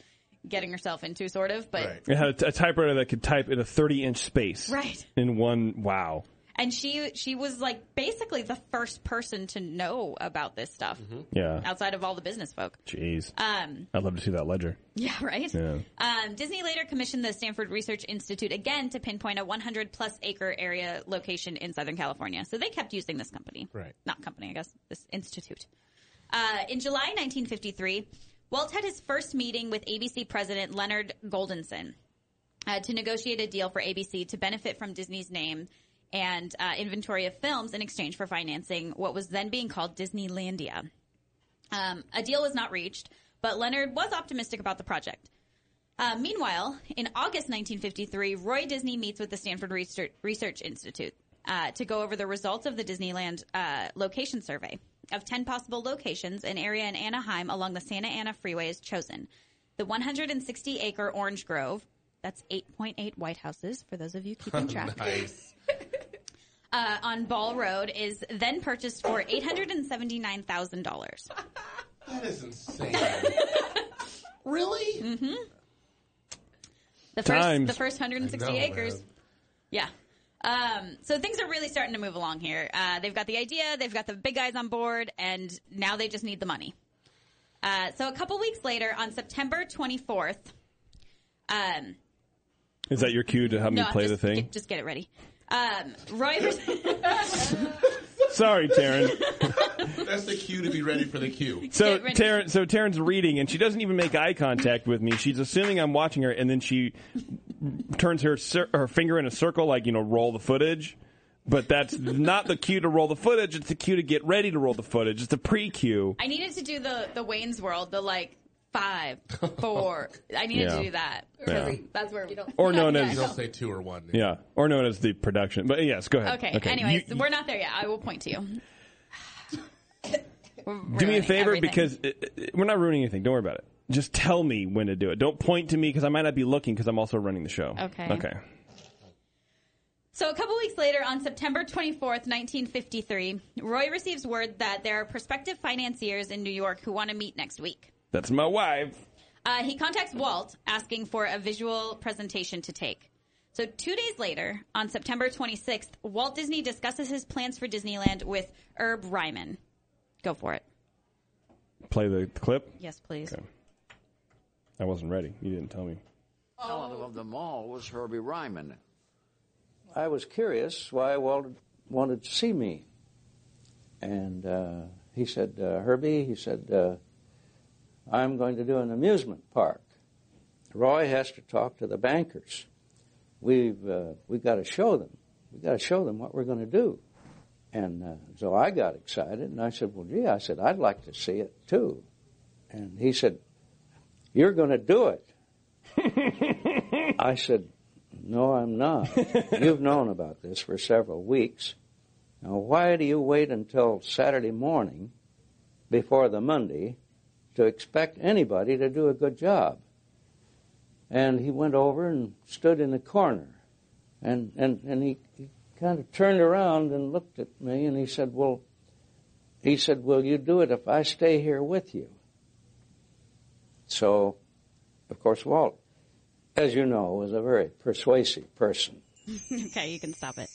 Speaker 3: getting herself into, sort of, but.
Speaker 4: Right.
Speaker 2: It had a, t- a typewriter that could type in a 30 inch space.
Speaker 3: Right.
Speaker 2: In one, wow.
Speaker 3: and she she was like basically the first person to know about this stuff
Speaker 2: Yeah.
Speaker 3: outside of all the business folk.
Speaker 2: Jeez.
Speaker 3: Um,
Speaker 2: I'd love to see that ledger.
Speaker 3: yeah, right.
Speaker 2: Yeah.
Speaker 3: Um, Disney later commissioned the Stanford Research Institute again to pinpoint a 100 plus acre area location in Southern California. So they kept using this company,
Speaker 4: Right.
Speaker 3: Not company, I guess. This institute. Uh, in July 1953, Walt had his first meeting with ABC president Leonard Goldenson uh, to negotiate a deal for ABC to benefit from Disney's name and uh, inventory of films in exchange for financing what was then being called Disneylandia. Um, a deal was not reached, but Leonard was optimistic about the project. Uh, meanwhile, in August 1953, Roy Disney meets with the Stanford Research, Research Institute uh, to go over the results of the Disneyland uh, location survey. Of 10 possible locations, an area in Anaheim along the Santa Ana Freeway is chosen. The 160 acre Orange Grove, that's 8.8 White Houses for those of you keeping track,
Speaker 4: Nice.
Speaker 3: uh, on Ball Road is then purchased for $879,000.
Speaker 4: That is insane. really?
Speaker 3: Mm-hmm. The first,
Speaker 2: Times.
Speaker 3: the first 160
Speaker 4: No,
Speaker 3: acres.
Speaker 4: man.
Speaker 3: Yeah. Um, so things are really starting to move along here. Uh, they've got the idea, they've got the big guys on board, and now they just need the money. Uh, so a couple weeks later, on September 24th, um,
Speaker 2: Is that your cue to help
Speaker 3: no,
Speaker 2: me play
Speaker 3: just,
Speaker 2: the thing?
Speaker 3: Get, just get it ready. Um, Roy,
Speaker 2: Sorry, Taryn.
Speaker 4: That's the cue to be ready for the cue.
Speaker 2: So
Speaker 3: Get ready.
Speaker 2: Taryn, so Taryn's reading, and she doesn't even make eye contact with me. She's assuming I'm watching her, and then she turns her cir- her finger in a circle, like you know, roll the footage. But that's not the cue to roll the footage. It's the cue to get ready to roll the footage. It's the pre-cue.
Speaker 3: I needed to do the the Wayne's World, the like five, four. I needed
Speaker 2: Yeah.
Speaker 3: to do that.
Speaker 2: Yeah.
Speaker 3: That's where we don't.
Speaker 2: Or known
Speaker 4: You
Speaker 2: as
Speaker 4: don't say two or one.
Speaker 2: yeah, or known as the production. But yes, go ahead.
Speaker 3: Okay. Anyways,
Speaker 2: You-
Speaker 3: we're not there yet. I will point to you. We're
Speaker 2: do me a
Speaker 3: ruining
Speaker 2: favor
Speaker 3: everything.
Speaker 2: because it, it- we're not ruining anything. Don't worry about it. Just tell me when to do it. Don't point to me because I might not be looking because I'm also running the show.
Speaker 3: Okay.
Speaker 2: Okay.
Speaker 3: So a couple weeks later, on September 24th, 1953, Roy receives word that there are prospective financiers in New York who want to meet next week.
Speaker 2: That's my wife.
Speaker 3: Uh, he contacts Walt asking for a visual presentation to take. So two days later, on September 26th, Walt Disney discusses his plans for Disneyland with Herb Ryman. Go for it.
Speaker 2: Play the clip.
Speaker 3: Yes, please.
Speaker 2: I wasn't ready. You didn't tell me.
Speaker 5: Oliver of them all was Herbie Ryman. I was curious why Walt wanted to see me. And uh, he said, uh, Herbie, he said, uh, I'm going to do an amusement park. Roy has to talk to the bankers. We've, uh, we've got to show them. We've got to show them what we're going to do. And uh, so I got excited and I said, well, gee, I said, I'd like to see it too. And he said, you're going to do it. I said, No, I'm not. You've known about this for several weeks. Now, why do you wait until Saturday morning before the Monday to expect anybody to do a good job? And he went over and stood in the corner. And, and, and he, he kind of turned around and looked at me and he said, Well, he said, Will you do it if I stay here with you? So, of course, Walt as you know, was a very persuasive person.
Speaker 3: Okay, you can stop it.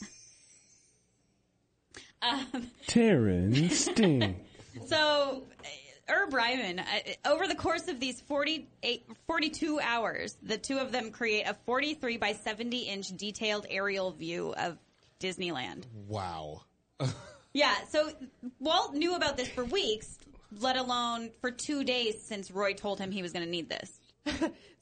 Speaker 2: Taryn Sting.
Speaker 3: So, uh, Herb Ryman, uh, over the course of these 48, 42 hours, the two of them create a 43 by
Speaker 4: Mm-hmm.
Speaker 3: 70 inch detailed aerial view of Disneyland.
Speaker 4: Wow.
Speaker 3: Yeah, so Walt knew about this for weeks, let alone for two days since Roy told him he was going to need this.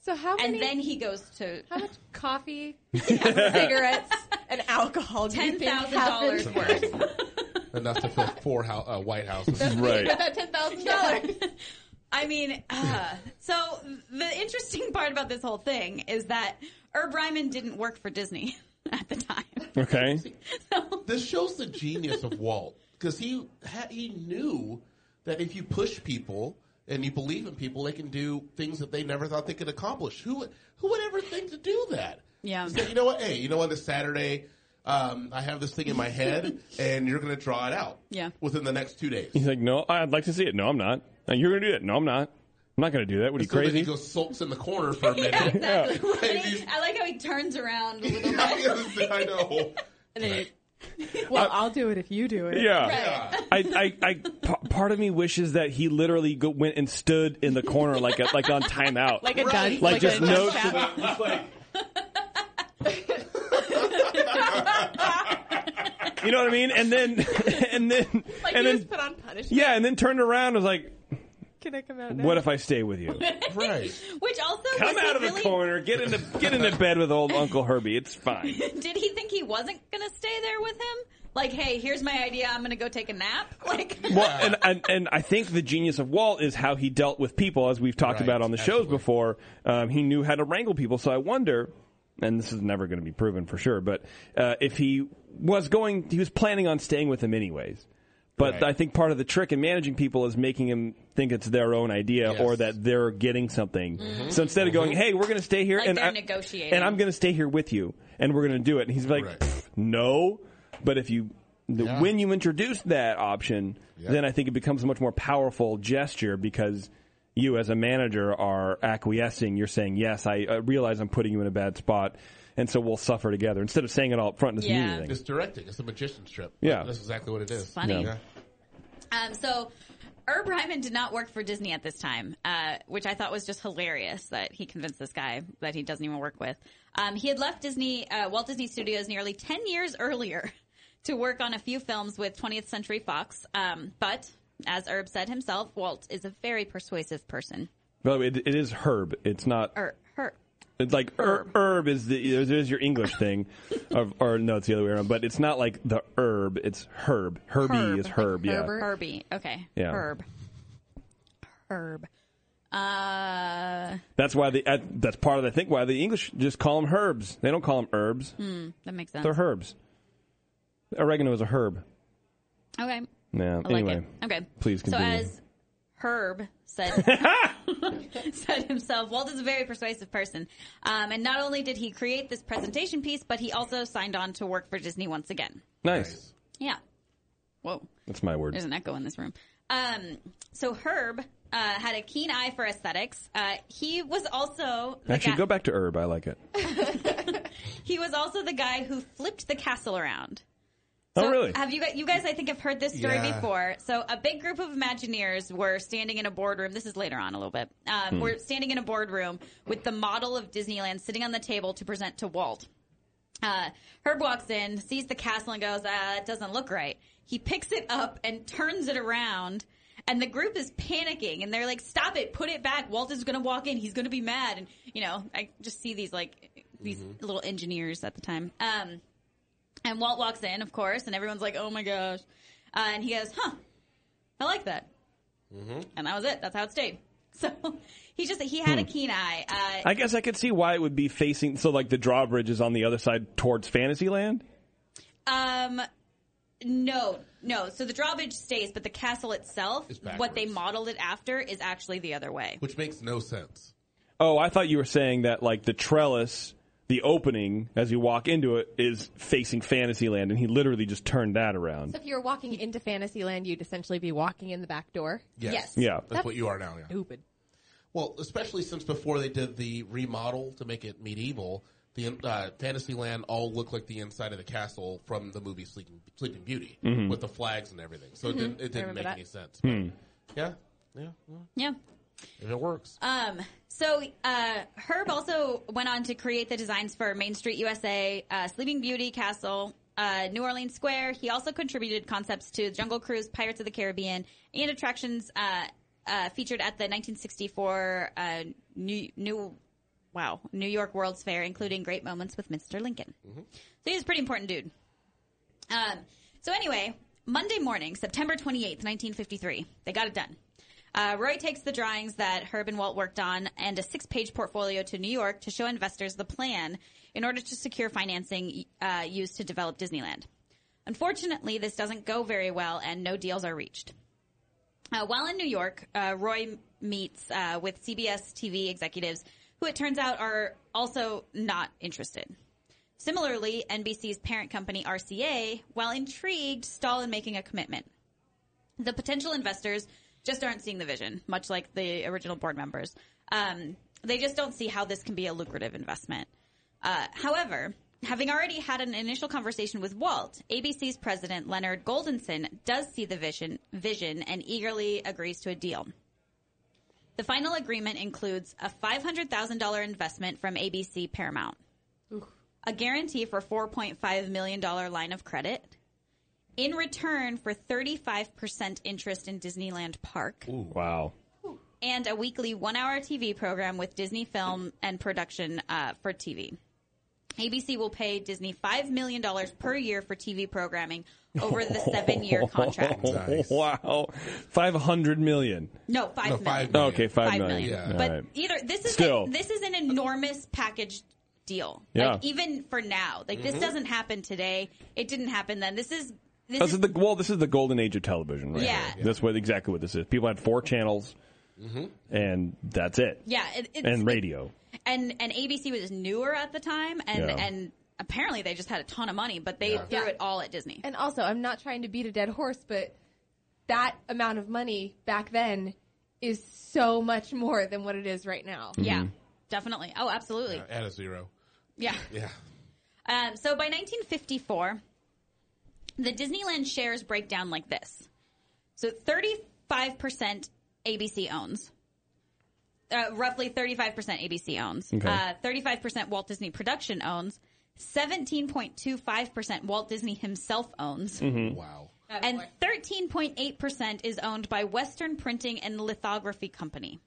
Speaker 6: So how many?
Speaker 3: And then he goes to
Speaker 6: how much coffee, cigarettes, and alcohol? do you
Speaker 3: ten
Speaker 6: think
Speaker 3: thousand
Speaker 6: happened?
Speaker 3: dollars worth.
Speaker 4: Enough to fill four hou- uh, White Houses.
Speaker 2: Right.
Speaker 6: With that ten thousand dollars.
Speaker 3: I mean, uh, so the interesting part about this whole thing is that Herb Ryman didn't work for Disney at the time.
Speaker 2: Okay.
Speaker 4: this shows the genius of Walt because he ha- he knew that if you push people and you believe in people, they can do things that they never thought they could accomplish. Who would- who would ever think to do that?
Speaker 3: Yeah.
Speaker 4: He said, you know what? Hey, you know what? This Saturday, um, I have this thing in my head, and you're going to draw it out.
Speaker 3: Yeah.
Speaker 4: Within the next two days.
Speaker 2: He's like, no, I'd like to see it. No, I'm not. And you're gonna do that? No, I'm not. I'm not gonna do that. What are you
Speaker 4: So then
Speaker 2: crazy?
Speaker 4: he goes sulks in the corner for a minute.
Speaker 3: Exactly.
Speaker 4: Yeah.
Speaker 3: And he- I like how he turns around a little bit.
Speaker 4: I know.
Speaker 6: Well, I'll do it if you do it.
Speaker 2: yeah.
Speaker 4: Yeah.
Speaker 2: I, I, I, p- part of me wishes that he literally go, went and stood in the corner like a, like on timeout,
Speaker 6: Like a
Speaker 4: Right.
Speaker 6: done.
Speaker 4: Like
Speaker 2: Like, just
Speaker 6: a
Speaker 2: no.
Speaker 6: tap.
Speaker 2: Just like, you know what I mean? And then, and then,
Speaker 6: Like
Speaker 2: and
Speaker 6: you
Speaker 2: then,
Speaker 6: just put on punishment.
Speaker 2: yeah, and then turned around and was like,
Speaker 6: Can I come out now?
Speaker 2: "What if I stay with you?
Speaker 4: Right.
Speaker 3: Which also
Speaker 2: Come
Speaker 3: was he
Speaker 2: out of the
Speaker 3: really-
Speaker 2: corner, get into get into bed with old Uncle Herbie. It's fine."
Speaker 3: Did he think he wasn't going to stay there with him? Like, hey, here's my idea. I'm going to go take a nap. Like,
Speaker 2: Well, and, and and I think the genius of Walt is how he dealt with people, as we've talked
Speaker 4: Right,
Speaker 2: about on the shows
Speaker 4: absolutely.
Speaker 2: before. Um, he knew how to wrangle people. So I wonder, and this is never going to be proven for sure, but uh, if he was going, he was planning on staying with him anyways. But
Speaker 4: Right.
Speaker 2: I think part of the trick in managing people is making them think it's their own idea
Speaker 4: Yes. Mm-hmm.
Speaker 2: or that they're getting something. So instead of going, "Hey, we're going to stay here,"
Speaker 3: Mm-hmm. Like
Speaker 2: and
Speaker 3: they're
Speaker 2: I,
Speaker 3: negotiating.
Speaker 2: and I'm going to stay here with you, and we're going to do it, and he's like,
Speaker 4: Right.
Speaker 2: "Pff, "No," but if you the,
Speaker 4: Yeah.
Speaker 2: when you introduce that option, then I think it becomes a much more powerful gesture because you, as a manager, are acquiescing. You're saying, "Yes, I uh, realize I'm putting you in a bad spot, and so we'll suffer together." Instead of saying it all up front, and doesn't mean
Speaker 3: Yeah.
Speaker 2: anything.
Speaker 4: It's directing. It's a magician's trip.
Speaker 2: Yeah.
Speaker 4: That's exactly what it is.
Speaker 3: funny.
Speaker 4: Yeah.
Speaker 3: Um, so Herb Ryman did not work for Disney at this time, uh, which I thought was just hilarious that he convinced this guy that he doesn't even work with. Um, he had left Disney, uh, Walt Disney Studios nearly 10 years earlier to work on a few films with 20th Century Fox. Um, but as Herb said himself, Walt is a very persuasive person.
Speaker 2: By the way, it, it is herb. It's not.
Speaker 3: Or her.
Speaker 2: It's like herb. herb is the is is your English thing, or, or no, it's the other way around. But it's not like the herb. It's herb. Herbie
Speaker 3: Herb,
Speaker 2: is
Speaker 3: like
Speaker 2: herb. yeah.
Speaker 6: Herbert.
Speaker 3: Herbie. Okay.
Speaker 2: Yeah.
Speaker 3: Herb. Herb. Uh,
Speaker 2: That's why the uh, that's part of the thing. Why the English just call them herbs. They don't call them herbs.
Speaker 3: that makes sense.
Speaker 2: They're herbs. Oregano is a herb.
Speaker 3: Okay.
Speaker 2: Yeah.
Speaker 3: I
Speaker 2: anyway.
Speaker 3: like it. Okay.
Speaker 2: please
Speaker 3: So
Speaker 2: continue.
Speaker 3: as Herb said said himself, Walt is a very persuasive person. Um, and not only did he create this presentation piece, but he also signed on to work for Disney once again.
Speaker 2: Nice.
Speaker 3: Yeah. Whoa.
Speaker 2: That's my word.
Speaker 3: There's an echo in this room. Um, so Herb uh, had a keen eye for aesthetics. Uh, he was also the
Speaker 2: Actually,
Speaker 3: guy-
Speaker 2: go back to herb. I like it.
Speaker 3: He was also the guy who flipped the castle around.
Speaker 2: oh, really?
Speaker 3: Have you guys, you guys, I think, have heard this story
Speaker 4: Yeah.
Speaker 3: before. So, a big group of Imagineers were standing in a boardroom. This is later on a little bit. Um, We're standing in a boardroom with the model of Disneyland sitting on the table to present to Walt. Uh, Herb walks in, sees the castle, and goes, ah, that doesn't look right. He picks it up and turns it around. And the group is panicking, and they're like, "Stop it! Put it back! Walt is going to walk in. He's going to be mad." And you know, I just see these like these little engineers at the time. Um, and Walt walks in, of course, and everyone's like, "Oh my gosh!" Uh, and he goes, "Huh, I like that." And that was it. That's how it stayed. So he just he had a keen eye. Uh,
Speaker 2: I guess I could see why it would be facing. So, like the drawbridge is on the other side towards Fantasyland.
Speaker 3: Um, no, no. So the drawbridge stays, but the castle itself,
Speaker 4: It's
Speaker 3: what they
Speaker 4: backwards.
Speaker 3: modeled it after, is actually the other way.
Speaker 4: Which makes no sense.
Speaker 2: Oh, I thought you were saying that like the trellis, the opening as you walk into it is facing Fantasyland, and he literally just turned that around.
Speaker 6: So if you were walking into Fantasyland, you'd essentially be walking in the back door.
Speaker 4: Yes.
Speaker 3: Yes.
Speaker 2: Yeah.
Speaker 4: That's what you are now. Yeah.
Speaker 6: Stupid.
Speaker 4: Well, especially since before they did the remodel to make it medieval, the uh, Fantasyland all looked like the inside of the castle from the movie Sleeping, Sleeping Beauty
Speaker 2: Mm-hmm.
Speaker 4: with the flags and everything. So it didn't, it didn't
Speaker 6: remember
Speaker 4: make
Speaker 6: that.
Speaker 4: any sense. But
Speaker 2: Hmm.
Speaker 4: Yeah. Yeah. well,
Speaker 3: Yeah.
Speaker 4: If it works.
Speaker 3: Um, so uh, Herb also went on to create the designs for Main Street USA, uh, Sleeping Beauty Castle, uh, New Orleans Square. He also contributed concepts to Jungle Cruise, Pirates of the Caribbean, and attractions uh, uh, featured at the 1964 uh, New, New Wow New York World's Fair, including great moments with Mr. Lincoln. So he was a pretty important dude. Um, so anyway, Monday morning, September 28th, 1953, they got it done. Uh, Roy takes the drawings that Herb and Walt worked on and a six-page portfolio to New York to show investors the plan in order to secure financing uh, used to develop Disneyland. Unfortunately, this doesn't go very well, and no deals are reached. Uh, while in New York, uh, Roy meets uh, with CBS TV executives, who it turns out are also not interested. Similarly, NBC's parent company RCA, while intrigued, stall in making a commitment. The potential investors just aren't seeing the vision, much like the original board members. Um, they just don't see how this can be a lucrative investment. Uh, however, having already had an initial conversation with Walt, ABC's president Leonard Goldenson does see the vision, vision and eagerly agrees to a deal. The final agreement includes a $500,000 investment from ABC Paramount, a guarantee for $4.5 million line of credit, in return for 35% interest in Disneyland Park,
Speaker 2: Wow.
Speaker 3: and a weekly one hour TV program with Disney film and production uh, for TV. ABC will pay Disney $5 million per year for TV programming over the seven year contract.
Speaker 4: Nice.
Speaker 2: Wow. 500 million.
Speaker 3: No, $5
Speaker 4: No,
Speaker 3: million.
Speaker 4: five
Speaker 2: Oh, okay, five
Speaker 3: Five
Speaker 2: million.
Speaker 3: million.
Speaker 4: Yeah.
Speaker 2: All
Speaker 3: But
Speaker 2: right.
Speaker 3: either this is
Speaker 2: Still.
Speaker 3: a, this is an enormous package deal.
Speaker 2: Yeah.
Speaker 3: Like even for now, like this doesn't happen today. It didn't happen then. This is this
Speaker 2: This
Speaker 3: is
Speaker 2: is Oh, the well. This is the golden age of television, right?
Speaker 3: Yeah.
Speaker 2: here. That's what exactly what this is. People had four channels,
Speaker 4: Mm-hmm.
Speaker 2: and that's it.
Speaker 3: yeah. It, it's,
Speaker 2: and radio.
Speaker 3: and and ABC was newer at the time, and
Speaker 2: Yeah.
Speaker 3: and apparently they just had a ton of money, but they
Speaker 4: Yeah.
Speaker 3: threw
Speaker 6: Yeah.
Speaker 3: it all at Disney.
Speaker 6: And also, I'm not trying to beat a dead horse, but that amount of money back then is so much more than what it is right now.
Speaker 3: Yeah,
Speaker 2: Mm-hmm.
Speaker 3: definitely. Oh, absolutely.
Speaker 4: Yeah, Add a zero.
Speaker 3: Yeah.
Speaker 4: Yeah.
Speaker 3: Um, so by 1954, the Disneyland shares break down like this. So 35% ABC owns. Uh, roughly 35% ABC owns.
Speaker 2: Okay.
Speaker 3: Uh, 35% Walt Disney Production owns. 17.25% Walt Disney himself owns.
Speaker 2: Hmm.
Speaker 4: Wow.
Speaker 3: And 13.8% is owned by Western Printing and Lithography Company.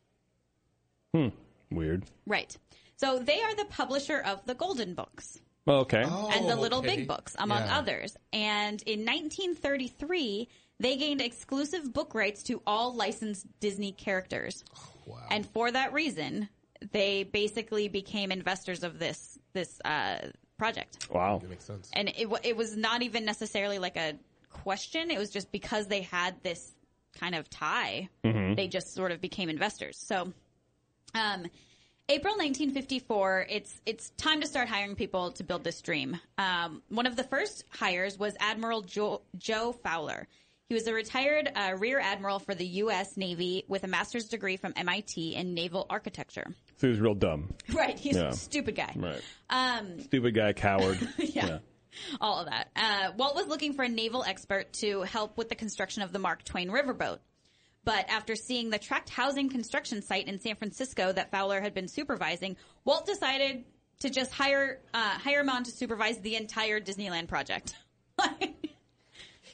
Speaker 2: Weird.
Speaker 3: Right. So they are the publisher of the Golden Books.
Speaker 2: Well, okay.
Speaker 3: and the
Speaker 4: Oh,
Speaker 3: Little
Speaker 4: okay.
Speaker 3: Big Books, among
Speaker 4: Yeah.
Speaker 3: others. And in 1933, they gained exclusive book rights to all licensed Disney characters.
Speaker 4: Wow.
Speaker 3: And for that reason, they basically became investors of this this uh, project.
Speaker 2: Wow.
Speaker 4: That makes sense.
Speaker 3: And it, wa- it was not even necessarily like a question. It was just because they had this kind of tie,
Speaker 2: Mm-hmm.
Speaker 3: they just sort of became investors. So, um, April 1954, it's it's time to start hiring people to build this dream. Um, one of the first hires was Admiral jo- Joe Fowler. He was a retired uh, rear admiral for the U.S. Navy with a master's degree from MIT in naval architecture.
Speaker 2: So he was real dumb.
Speaker 3: Right, he's
Speaker 2: Yeah.
Speaker 3: a stupid guy.
Speaker 2: Right.
Speaker 3: Um,
Speaker 2: Stupid guy, coward.
Speaker 3: yeah. All of that. Uh, Walt was looking for a naval expert to help with the construction of the Mark Twain riverboat. But after seeing the tract housing construction site in San Francisco that Fowler had been supervising, Walt decided to just hire uh, hire him on to supervise the entire Disneyland project.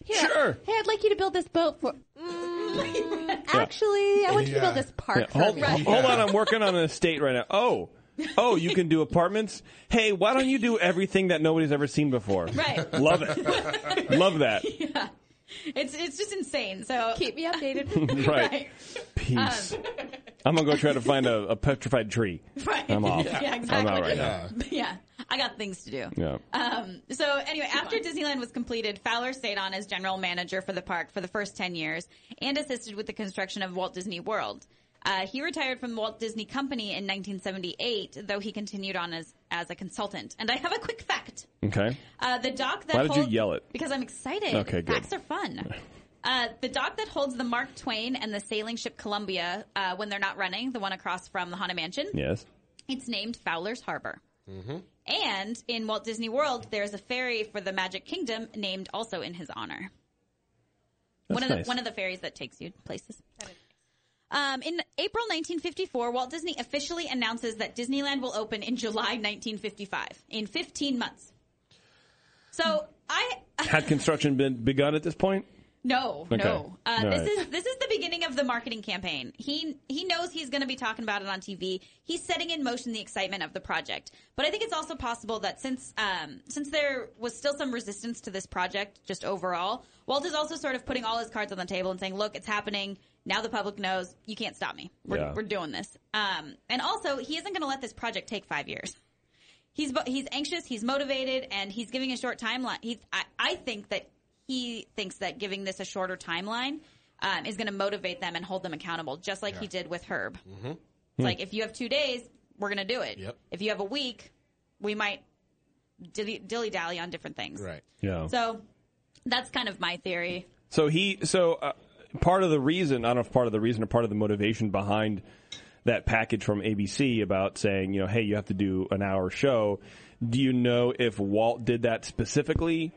Speaker 6: Here,
Speaker 2: Sure.
Speaker 6: Hey, I'd like you to build this boat for. Mm, Actually, I want you to build
Speaker 4: Yeah. Oh.
Speaker 6: this park for
Speaker 2: Hold,
Speaker 6: me.
Speaker 2: ho- hold on, I'm working on an estate right now. Oh, oh, you can do apartments. Hey, why don't you do everything that nobody's ever seen before?
Speaker 3: Right.
Speaker 2: Love it. Love that.
Speaker 3: it's it's just insane. So
Speaker 6: Keep me updated.
Speaker 2: Right.
Speaker 3: Um,
Speaker 2: Peace. I'm gonna go try to find a, a petrified tree.
Speaker 3: right.
Speaker 2: I'm off.
Speaker 3: Yeah, exactly.
Speaker 2: I'm out right now.
Speaker 4: yeah.
Speaker 3: yeah, I got things to do.
Speaker 2: Yeah.
Speaker 3: Um, so anyway, after Disneyland was completed, Fowler stayed on as general manager for the park for the first 10 years and assisted with the construction of Walt Disney World. Uh, he retired from the Walt Disney Company in 1978, though he continued on as, as a consultant. And I have a quick fact.
Speaker 2: Okay.
Speaker 3: Uh, the dock that
Speaker 2: Why did you
Speaker 3: holds-
Speaker 2: yell it?
Speaker 3: Because I'm excited.
Speaker 2: Okay, good.
Speaker 3: Facts are fun. Uh, the dock that holds the Mark Twain and the sailing ship Columbia uh, when they're not running, the one across from the Haunted Mansion,
Speaker 2: Yes.
Speaker 3: it's named Fowler's Harbor.
Speaker 2: Mm-hmm.
Speaker 3: And in Walt Disney World, there's a ferry for the Magic Kingdom named also in his honor.
Speaker 2: That's
Speaker 3: one of the
Speaker 2: nice.
Speaker 3: one of the ferries that takes you places. Um, in April 1954, Walt Disney officially announces that Disneyland will open in July 1955 in 15 months. So I
Speaker 2: Had construction been begun at this point?
Speaker 3: No,
Speaker 2: Okay.
Speaker 3: no. Uh,
Speaker 2: All
Speaker 3: this
Speaker 2: right.
Speaker 3: is this is the beginning of the marketing campaign. He he knows he's going to be talking about it on TV. He's setting in motion the excitement of the project. But I think it's also possible that since um, since there was still some resistance to this project just overall, Walt is also sort of putting all his cards on the table and saying, "Look, it's happening." Now the public knows you can't stop me. We're,
Speaker 2: Yeah.
Speaker 3: we're doing this. Um, and also, he isn't going to let this project take five years he's bo- he's anxious, he's motivated, and he's giving a short timeline. He's I, I think that he thinks that giving this a shorter timeline um, is going to motivate them and hold them accountable, just like he did with Herb. Mm-hmm. It's like if you have two days, we're going to do it.
Speaker 4: Yep.
Speaker 3: If you have a week, we might dilly dally on different things.
Speaker 4: Right.
Speaker 2: Yeah.
Speaker 3: So that's kind of my theory.
Speaker 2: So he, so uh, part of the reason, I don't know if part of the reason or part of the motivation behind that package from ABC about saying, you know, hey, you have to do an hour show. Do you know if Walt did that specifically?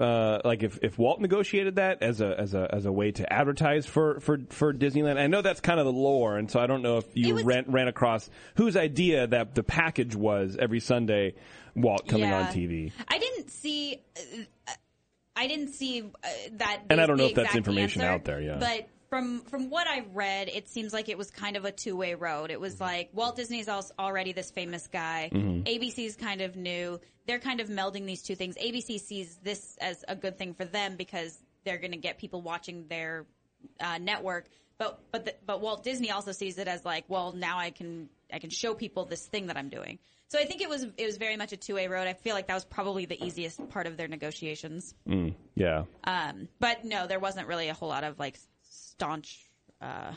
Speaker 2: Uh, like if, if Walt negotiated that as a as a as a way to advertise for for for Disneyland, I know that's kind of the lore, and so I don't know if you
Speaker 3: It was-
Speaker 2: ran ran across whose idea that the package was every Sunday, Walt coming on
Speaker 3: Yeah.
Speaker 2: TV.
Speaker 3: I didn't see. uh, I didn't see uh, that.
Speaker 2: And I don't
Speaker 3: the
Speaker 2: know if that's
Speaker 3: exact
Speaker 2: information
Speaker 3: answer,
Speaker 2: out there, yeah.
Speaker 3: but from from what I read, it seems like it was kind of a two way road. It
Speaker 2: Mm-hmm.
Speaker 3: was like Walt Disney's al- already this famous guy. ABC's kind of new. They're kind of melding these two things. ABC sees this as a good thing for them because they're going to get people watching their uh, network. But but the, but Walt Disney also sees it as like, well, now I can I can show people this thing that I'm doing. So I think it was it was very much a two way road. I feel like that was probably the easiest part of their negotiations.
Speaker 2: Yeah,
Speaker 3: Um, but no, there wasn't really a whole lot of like staunch uh,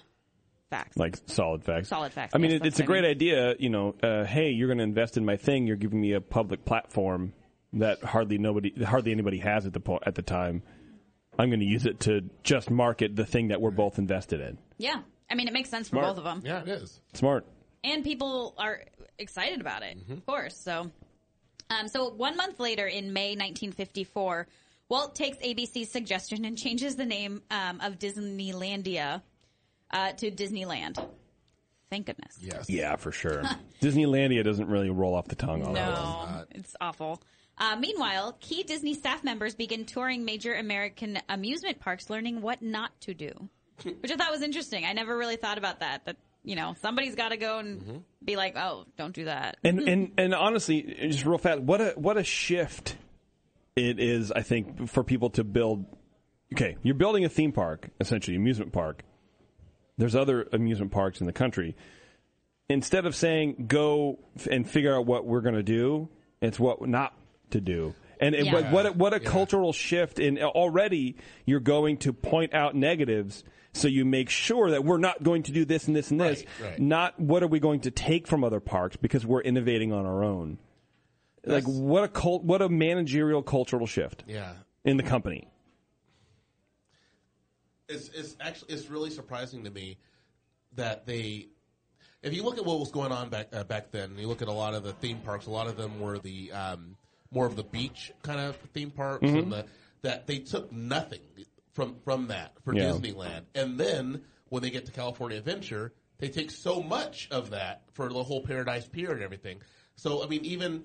Speaker 3: facts.
Speaker 2: like solid facts.
Speaker 3: Solid facts,
Speaker 2: I mean,
Speaker 3: yes,
Speaker 2: it,
Speaker 3: that's
Speaker 2: it's a
Speaker 3: what I
Speaker 2: great
Speaker 3: mean.
Speaker 2: idea. You know, uh, hey, you're going to invest in my thing. You're giving me a public platform that hardly nobody, hardly anybody has at the po- at the time. I'm going to use it to just market the thing that we're both invested in.
Speaker 3: yeah, I mean, it makes sense for
Speaker 2: Smart.
Speaker 3: both of them,
Speaker 4: Yeah, it is.
Speaker 2: Smart.
Speaker 3: and people are excited about it,
Speaker 2: Mm-hmm.
Speaker 3: of course. So, um, so one month later, in May 1954, Walt takes ABC's suggestion and changes the name um, of Disneylandia uh, to Disneyland. Thank goodness.
Speaker 4: Yes.
Speaker 2: Yeah, for sure. Disneylandia doesn't really roll off the tongue. All that well.
Speaker 3: No, it's awful. Uh, meanwhile, key Disney staff members begin touring major American amusement parks, learning what not to do, which I thought was interesting. I never really thought about that. That you know, somebody's got to go and be like, "Oh, don't do that."
Speaker 2: And and and honestly, just real fast, what a what a shift it is. I think for people to build. Okay, you're building a theme park, essentially amusement park. There's other amusement parks in the country. Instead of saying go f- and figure out what we're going to do, it's what not to do. And it,
Speaker 3: Yeah.
Speaker 2: what what a, what a
Speaker 4: Yeah.
Speaker 2: cultural shift! In already you're going to point out negatives, so you make sure that we're not going to do this and this and this.
Speaker 4: Right, right.
Speaker 2: Not what are we going to take from other parks because we're innovating on our own. Like
Speaker 4: That's-
Speaker 2: what a cult, what a managerial cultural shift
Speaker 4: Yeah.
Speaker 2: in the company.
Speaker 4: It's it's actually it's really surprising to me that they. If you look at what was going on back uh, back then, and you look at a lot of the theme parks, a lot of them were the um, more of the beach kind of theme parks, and the, that they took nothing from from that for
Speaker 2: Yeah.
Speaker 4: Disneyland, and then when they get to California Adventure, they take so much of that for the whole Paradise Pier and everything. So I mean, even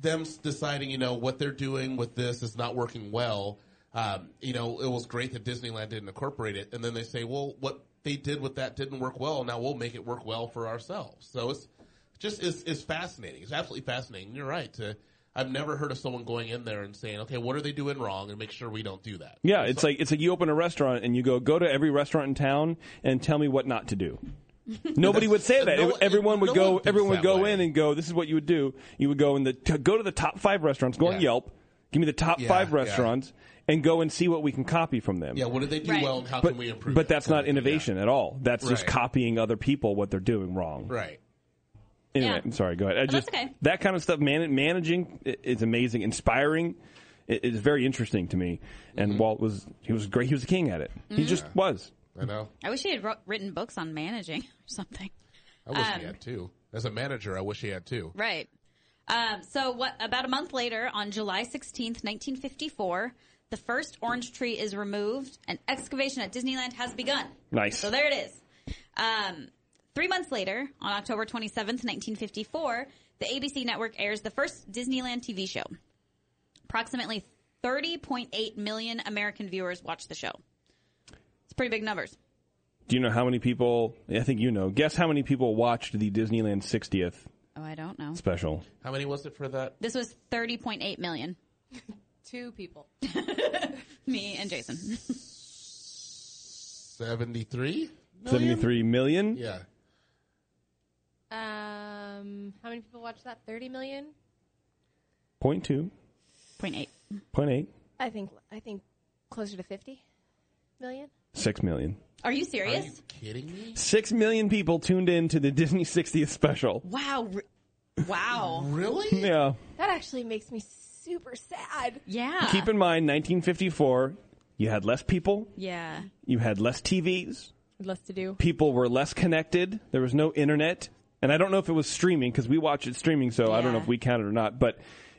Speaker 4: them s- deciding, you know, what they're doing with this is not working well. Um, you know, it was great that Disneyland didn't incorporate it, and then they say, well, what they did with that didn't work well. Now we'll make it work well for ourselves. So it's just it's, it's fascinating. It's absolutely fascinating. You're right. To, I've never heard of someone going in there and saying, okay, what are they doing wrong, and make sure we don't do that.
Speaker 2: Yeah, it's like it's like you open a restaurant and you go go to every restaurant in town and tell me what not to do. Nobody would say that.
Speaker 4: No one-
Speaker 2: everyone would
Speaker 4: no one
Speaker 2: go.
Speaker 4: thinks
Speaker 2: Everyone would
Speaker 4: that
Speaker 2: go
Speaker 4: way.
Speaker 2: in and go. This is what you would do. You would go in the to go to the top five restaurants. Go on
Speaker 4: Yeah.
Speaker 2: Yelp. Give me the top
Speaker 4: Yeah,
Speaker 2: five
Speaker 4: yeah.
Speaker 2: restaurants and go and see what we can copy from them.
Speaker 4: Yeah, what did they do
Speaker 3: Right.
Speaker 4: well, and how
Speaker 2: but
Speaker 4: can we improve?
Speaker 2: but
Speaker 4: it?
Speaker 2: that's
Speaker 4: Kind
Speaker 2: not
Speaker 4: of thing, yeah.
Speaker 2: innovation at all. That's just
Speaker 4: Right.
Speaker 2: copying other people what they're doing wrong.
Speaker 4: Right.
Speaker 2: Anyway,
Speaker 3: Yeah.
Speaker 2: I'm sorry. Go ahead. I just
Speaker 3: okay.
Speaker 2: that kind of stuff. Man, managing i- is amazing, inspiring. i- is very interesting to me.
Speaker 4: Mm-hmm.
Speaker 2: And Walt was he was great. He was a king at it.
Speaker 3: Mm-hmm.
Speaker 2: He just was.
Speaker 4: I know.
Speaker 3: I wish he had wrote, written books on managing or something.
Speaker 4: I wish
Speaker 3: Um,
Speaker 4: he had two. As a manager, I wish he had two.
Speaker 3: Right. Um, so what? About a month later, on July 16th, 1954, the first orange tree is removed, and excavation at Disneyland has begun.
Speaker 2: Nice.
Speaker 3: So there it is. Um, three months later, on October 27th, 1954, the ABC network airs the first Disneyland TV show. Approximately 30.8 million American viewers watched the show. It's pretty big numbers.
Speaker 2: Do you know how many people? I think you know. Guess how many people watched the Disneyland 60th
Speaker 3: Oh, I don't know.
Speaker 2: special?
Speaker 4: How many was it for that?
Speaker 3: This was 30.8 million.
Speaker 6: Two people.
Speaker 3: Me and Jason.
Speaker 4: 73?
Speaker 2: 73 million?
Speaker 4: Yeah.
Speaker 6: Um, how many people watched that? Thirty million.
Speaker 2: Point two,
Speaker 3: Point eight.
Speaker 2: point eight,
Speaker 6: I think. I think closer to fifty million.
Speaker 2: six million.
Speaker 3: Are you
Speaker 4: Are
Speaker 3: serious?
Speaker 4: you kidding me?
Speaker 2: Six million people tuned in to the Disney 60th special.
Speaker 3: Wow. re- Wow.
Speaker 4: Really?
Speaker 2: Yeah.
Speaker 6: That actually makes me super sad.
Speaker 3: Yeah.
Speaker 2: Keep in mind, 1954, you had less people,
Speaker 3: yeah.
Speaker 2: you had less TVs,
Speaker 6: Less to do.
Speaker 2: people were less connected, there was no internet, and I don't know if it was streaming because we watch it streaming, so I don't know
Speaker 3: Yeah.
Speaker 2: if we count it or not. But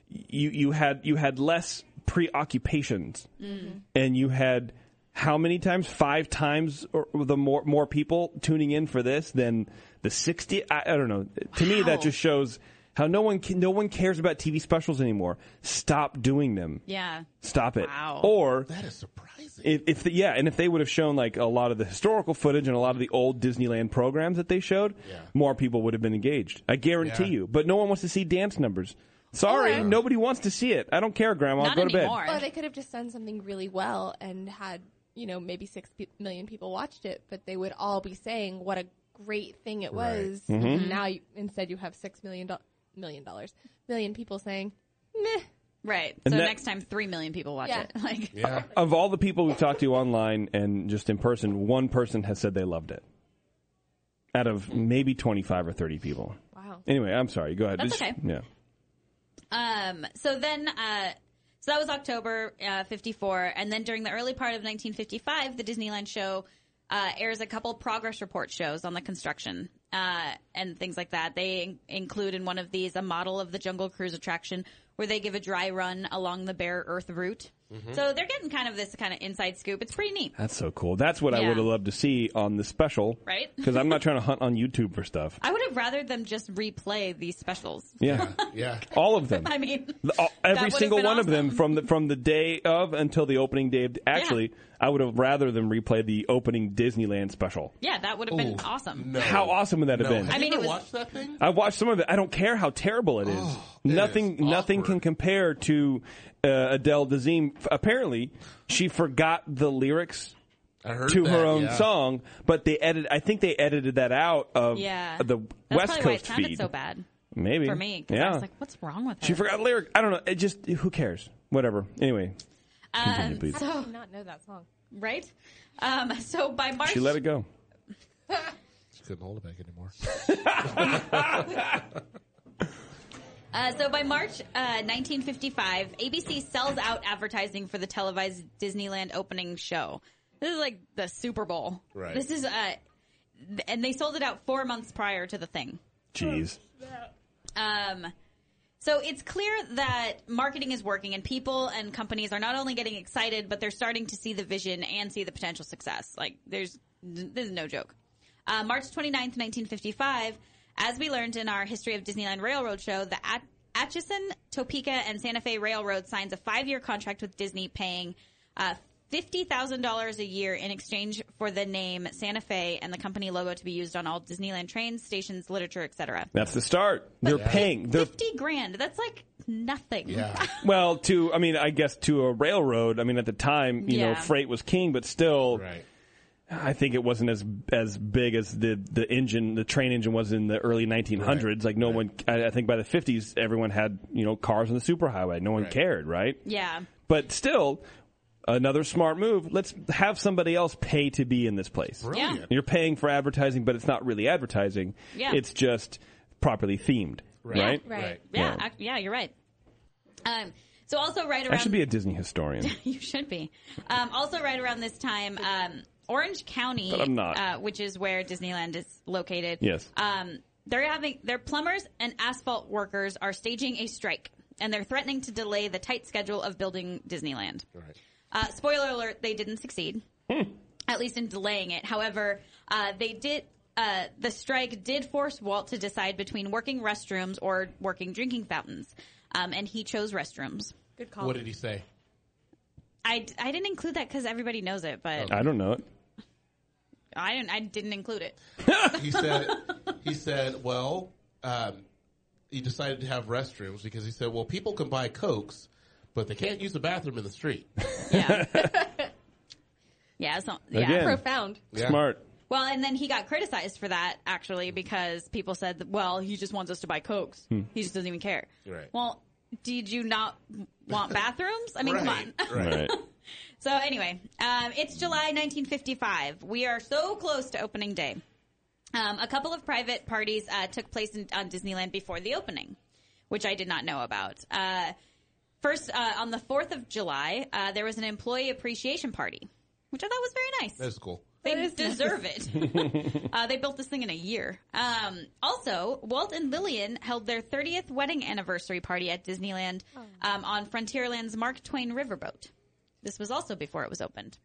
Speaker 2: you you had you had less preoccupations,
Speaker 3: Mm-hmm.
Speaker 2: and you had how many times? Five times or the more more people tuning in for this than the sixty. I, I don't know. To me, that
Speaker 3: Wow.
Speaker 2: just shows. How no one ca- no one cares about TV specials anymore. Stop doing them.
Speaker 3: Yeah.
Speaker 2: Stop it.
Speaker 3: Wow.
Speaker 2: Or
Speaker 4: That is surprising.
Speaker 2: if, if the, yeah, and if they would have shown like a lot of the historical footage and a lot of the old Disneyland programs that they showed,
Speaker 4: Yeah.
Speaker 2: more people would have been engaged. I guarantee
Speaker 4: Yeah.
Speaker 2: you. But no one wants to see dance numbers. Sorry,
Speaker 6: Or-
Speaker 2: nobody wants to see it. I don't care, Grandma.
Speaker 3: Not
Speaker 2: Go to
Speaker 3: anymore.
Speaker 2: bed.
Speaker 6: Or they could have just done something really well and had you know maybe six pe- million people watched it, but they would all be saying what a great thing it
Speaker 4: Right.
Speaker 6: was.
Speaker 2: Mm-hmm.
Speaker 6: Now you, instead you have six million do- million dollars million people saying, meh.
Speaker 3: Right.
Speaker 2: And
Speaker 3: so
Speaker 2: that-
Speaker 3: next time, three million people watch
Speaker 6: Yeah.
Speaker 3: it. Like,
Speaker 4: yeah.
Speaker 2: Of all the people we've talked to online and just in person, one person has said they loved it. Out of maybe twenty-five or thirty people.
Speaker 6: Wow.
Speaker 2: Anyway, I'm sorry. Go ahead.
Speaker 3: That's
Speaker 2: It's-
Speaker 3: okay.
Speaker 2: Yeah.
Speaker 3: Um, so then, uh, so that was October uh, 54. And then during the early part of 1955, the Disneyland show uh, airs a couple progress report shows on the construction uh, and things like that. They in- include in one of these a model of the Jungle Cruise attraction where they give a dry run along the bare earth route.
Speaker 2: Mm-hmm.
Speaker 3: So they're getting kind of this kind of inside scoop. It's pretty neat.
Speaker 2: That's so cool. That's what I
Speaker 3: Yeah.
Speaker 2: would have loved to see on the special,
Speaker 3: Right?
Speaker 2: Because I'm not trying to hunt on YouTube for stuff.
Speaker 3: I would have rather them just replay these specials.
Speaker 2: Yeah,
Speaker 4: Yeah.
Speaker 2: all of them.
Speaker 3: I mean,
Speaker 2: The- uh, all-
Speaker 3: That
Speaker 2: every
Speaker 3: would've
Speaker 2: single
Speaker 3: been
Speaker 2: one of them
Speaker 3: awesome.
Speaker 2: from the from the day of until the opening day. Of, actually, I would have rather them replay the opening Disneyland special.
Speaker 3: yeah, that would have been
Speaker 2: oh,
Speaker 4: Ooh,
Speaker 3: awesome.
Speaker 4: No.
Speaker 2: How awesome would that have
Speaker 4: No.
Speaker 2: been?
Speaker 4: Have
Speaker 3: I
Speaker 4: I
Speaker 3: mean,
Speaker 4: mean, you
Speaker 3: it
Speaker 4: ever
Speaker 3: was-
Speaker 4: watched that thing?
Speaker 2: I watched some of it. I don't care how terrible it is.
Speaker 4: Oh, it
Speaker 2: nothing,
Speaker 4: is
Speaker 2: nothing can
Speaker 4: awkward.
Speaker 2: compare to uh, Adele Dazeem. F- Apparently, she forgot the lyrics
Speaker 4: I heard
Speaker 2: to
Speaker 4: that,
Speaker 2: her own
Speaker 4: yeah.
Speaker 2: song, but they edit. I think they edited that out of
Speaker 3: Yeah.
Speaker 2: the
Speaker 3: That's probably
Speaker 2: West
Speaker 3: why it
Speaker 2: Coast
Speaker 3: sounded
Speaker 2: feed.
Speaker 3: so bad.
Speaker 2: Maybe
Speaker 3: for me because
Speaker 2: Yeah,
Speaker 3: I was like, "What's wrong with her?"
Speaker 2: she forgot the lyric. I don't know. It just who cares? Whatever. Anyway, continue, please.
Speaker 6: How did you not know that song?
Speaker 3: right? Um, so by March,
Speaker 2: she let it go.
Speaker 4: She couldn't hold it back anymore.
Speaker 3: uh, so by March uh, 1955, ABC sells out advertising for the televised Disneyland opening show. This is like the Super Bowl.
Speaker 4: Right.
Speaker 3: This is uh, th- and they sold it out four months prior to the thing.
Speaker 2: Jeez.
Speaker 3: Um, so it's clear that marketing is working, and people and companies are not only getting excited, but they're starting to see the vision and see the potential success. Like there's this is no joke. Uh, March 29th, 1955, as we learned in our History of Disneyland Railroad show, the At- Atchison, Topeka, and Santa Fe Railroad signs a five-year contract with Disney, paying uh, $50,000 a year in exchange for the name Santa Fe and the company logo to be used on all Disneyland trains, stations, literature, etc.
Speaker 2: That's the start. They're paying. They're
Speaker 3: 50 grand. That's like nothing.
Speaker 4: Yeah.
Speaker 2: well to. I mean, I guess to a railroad. I mean, at the time, you know,
Speaker 3: Yeah.
Speaker 2: freight was king, but still,
Speaker 4: right.
Speaker 2: I think it wasn't as as big as the the engine, the train engine was in the early 1900s. Like no one. I, I think by the 50s, everyone had you know cars on the superhighway. No one
Speaker 4: Right.
Speaker 2: cared, right?
Speaker 3: Yeah.
Speaker 2: But still, another smart move. Let's have somebody else pay to be in this place.
Speaker 4: Brilliant.
Speaker 2: You're paying for advertising, but it's not really advertising.
Speaker 3: Yeah.
Speaker 2: It's just properly themed, right?
Speaker 6: Right.
Speaker 4: Right.
Speaker 3: Yeah. ac- Yeah, you're right. Um, so also right around
Speaker 2: I should be a Disney historian.
Speaker 3: you should be. Um, also right around this time, um, Orange County,
Speaker 2: But I'm not.
Speaker 3: Uh, which is where Disneyland is located.
Speaker 2: Yes.
Speaker 3: Um, they're having their plumbers and asphalt workers are staging a strike, and they're threatening to delay the tight schedule of building Disneyland.
Speaker 4: Right.
Speaker 3: Uh, spoiler alert, they didn't succeed, at least in delaying it. However, uh, they did. Uh, the strike did force Walt to decide between working restrooms or working drinking fountains, um, and he chose restrooms.
Speaker 6: Good call.
Speaker 4: What did he say?
Speaker 3: I, I didn't include that because everybody knows it, but
Speaker 2: I don't know it.
Speaker 3: I didn't I didn't include it.
Speaker 4: he said he said well um, he decided to have restrooms because he said well people can buy cokes but they can't use the bathroom in the street
Speaker 3: Yeah. yeah. So, yeah.
Speaker 2: Again.
Speaker 6: Profound.
Speaker 4: Yeah.
Speaker 2: Smart.
Speaker 3: Well, and then he got criticized for that actually because people said, "Well, he just wants us to buy cokes. He just doesn't even care."
Speaker 4: Right.
Speaker 3: Well, did you not want bathrooms? I mean, come
Speaker 4: Right,
Speaker 3: on.
Speaker 2: Right.
Speaker 3: So anyway, um, it's July 1955. We are so close to opening day. Um, a couple of private parties uh, took place in, on Disneyland before the opening, which I did not know about. Uh, first, uh, on the 4th of July, uh, there was an employee appreciation party, which I thought was very nice.
Speaker 4: that's cool
Speaker 3: They
Speaker 6: That is
Speaker 3: deserve it. uh, they built this thing in a year. Um, also, Walt and Lillian held their 30th wedding anniversary party at Disneyland um, on Frontierland's Mark Twain Riverboat. This was also before it was opened.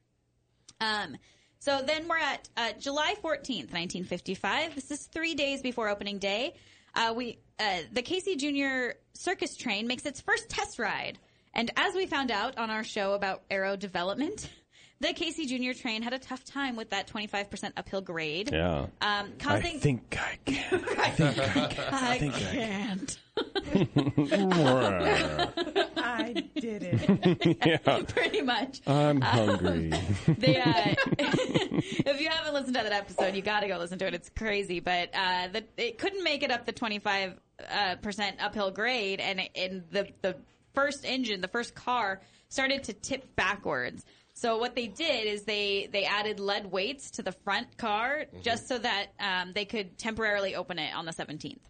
Speaker 3: Um, so then we're at uh, July 14th, 1955. This is three days before opening day. Uh, we uh, the Casey Jr. Circus Train makes its first test ride, and as we found out on our show about aero development, the Casey Jr. train had a tough time with that 25% uphill grade.
Speaker 2: Yeah.
Speaker 3: Um,
Speaker 2: I
Speaker 3: causing uh,
Speaker 2: think I can.
Speaker 3: I,
Speaker 2: think I
Speaker 3: can't.
Speaker 7: I did it.
Speaker 2: yeah.
Speaker 3: Pretty much.
Speaker 2: I'm hungry.
Speaker 3: the, uh, if you haven't listened to that episode, you got to go listen to it. It's crazy, but uh, the, it couldn't make it up the twenty five uh, percent uphill grade, and it- and the the first engine, the first car, started to tip backwards. So what they did is they they added lead weights to the front car just so that um, they could temporarily open it on the seventeenth.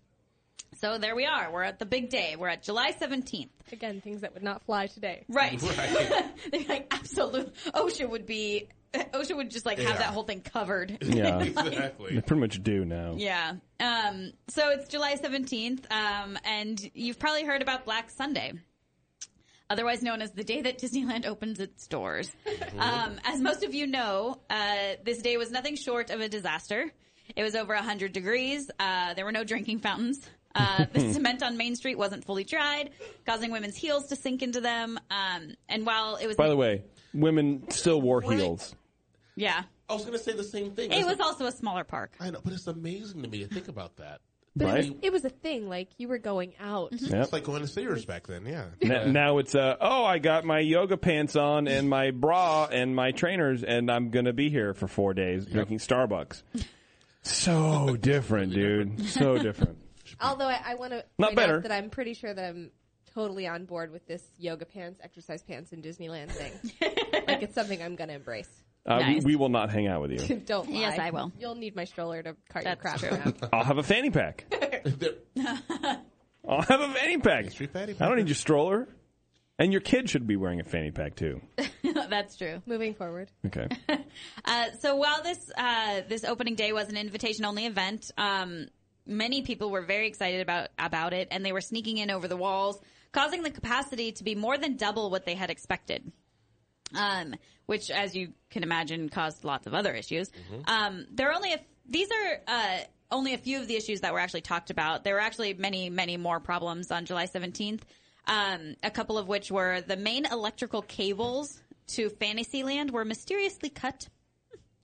Speaker 3: So there we are. We're at the big day. We're at July seventeenth.
Speaker 6: Again, things that would not fly today.
Speaker 3: Right.
Speaker 4: Right.
Speaker 3: They're like, absolutely. OSHA would be, OSHA would just like have
Speaker 4: Yeah.
Speaker 3: that whole thing covered.
Speaker 2: yeah. They
Speaker 4: exactly
Speaker 2: pretty much do now.
Speaker 3: yeah. Um, so it's July 17th, um, and you've probably heard about Black Sunday. Otherwise known as the day that Disneyland opens its doors.
Speaker 2: Mm-hmm.
Speaker 3: Um, as most of you know, uh, this day was nothing short of a disaster. It was over 100 degrees. Uh, there were no drinking fountains. Uh, the cement on Main Street wasn't fully dried, causing women's heels to sink into them. Um, and while it was
Speaker 2: By the way, women still wore heels.
Speaker 3: Yeah.
Speaker 4: i was going to say the same thing
Speaker 3: It
Speaker 4: That's
Speaker 3: was
Speaker 4: a-
Speaker 3: also a smaller park.
Speaker 4: i know but it's amazing to me to think about that
Speaker 6: But it,
Speaker 2: Right?
Speaker 6: was, it was a thing. Like you were going out.
Speaker 2: Yep.
Speaker 4: it's like going to Sears back then yeah
Speaker 2: N- now it's uh oh I got my yoga pants on and my bra and my trainers and I'm gonna be here for four days drinking Starbucks. So different, dude. So different.
Speaker 6: Although I, I want to
Speaker 2: Not
Speaker 6: point
Speaker 2: better.
Speaker 6: out that I'm pretty sure that I'm totally on board with this yoga pants, exercise pants, and Disneyland thing. like it's something I'm gonna embrace.
Speaker 2: Uh,
Speaker 3: Nice.
Speaker 2: we, we will not hang out with you.
Speaker 6: Don't lie.
Speaker 3: Yes, I will.
Speaker 6: You'll need my stroller to cart
Speaker 3: That's
Speaker 6: your crap around.
Speaker 2: I'll have a fanny pack.
Speaker 4: There-
Speaker 2: I'll have a fanny pack.
Speaker 4: Street fatty
Speaker 2: I don't need your stroller. And your kid should be wearing a fanny pack too.
Speaker 3: That's true.
Speaker 6: Moving forward.
Speaker 2: Okay.
Speaker 3: Uh, so while this uh, this opening day was an invitation only event, um, many people were very excited about about it, and they were sneaking in over the walls, causing the capacity to be more than double what they had expected. Um, which, as you can imagine, caused lots of other issues.
Speaker 2: Mm-hmm.
Speaker 3: Um, there are only a, these are uh, only a few of the issues that were actually talked about. There were actually many, many more problems on July seventeenth. Um, a couple of which were the main electrical cables to Fantasyland were mysteriously cut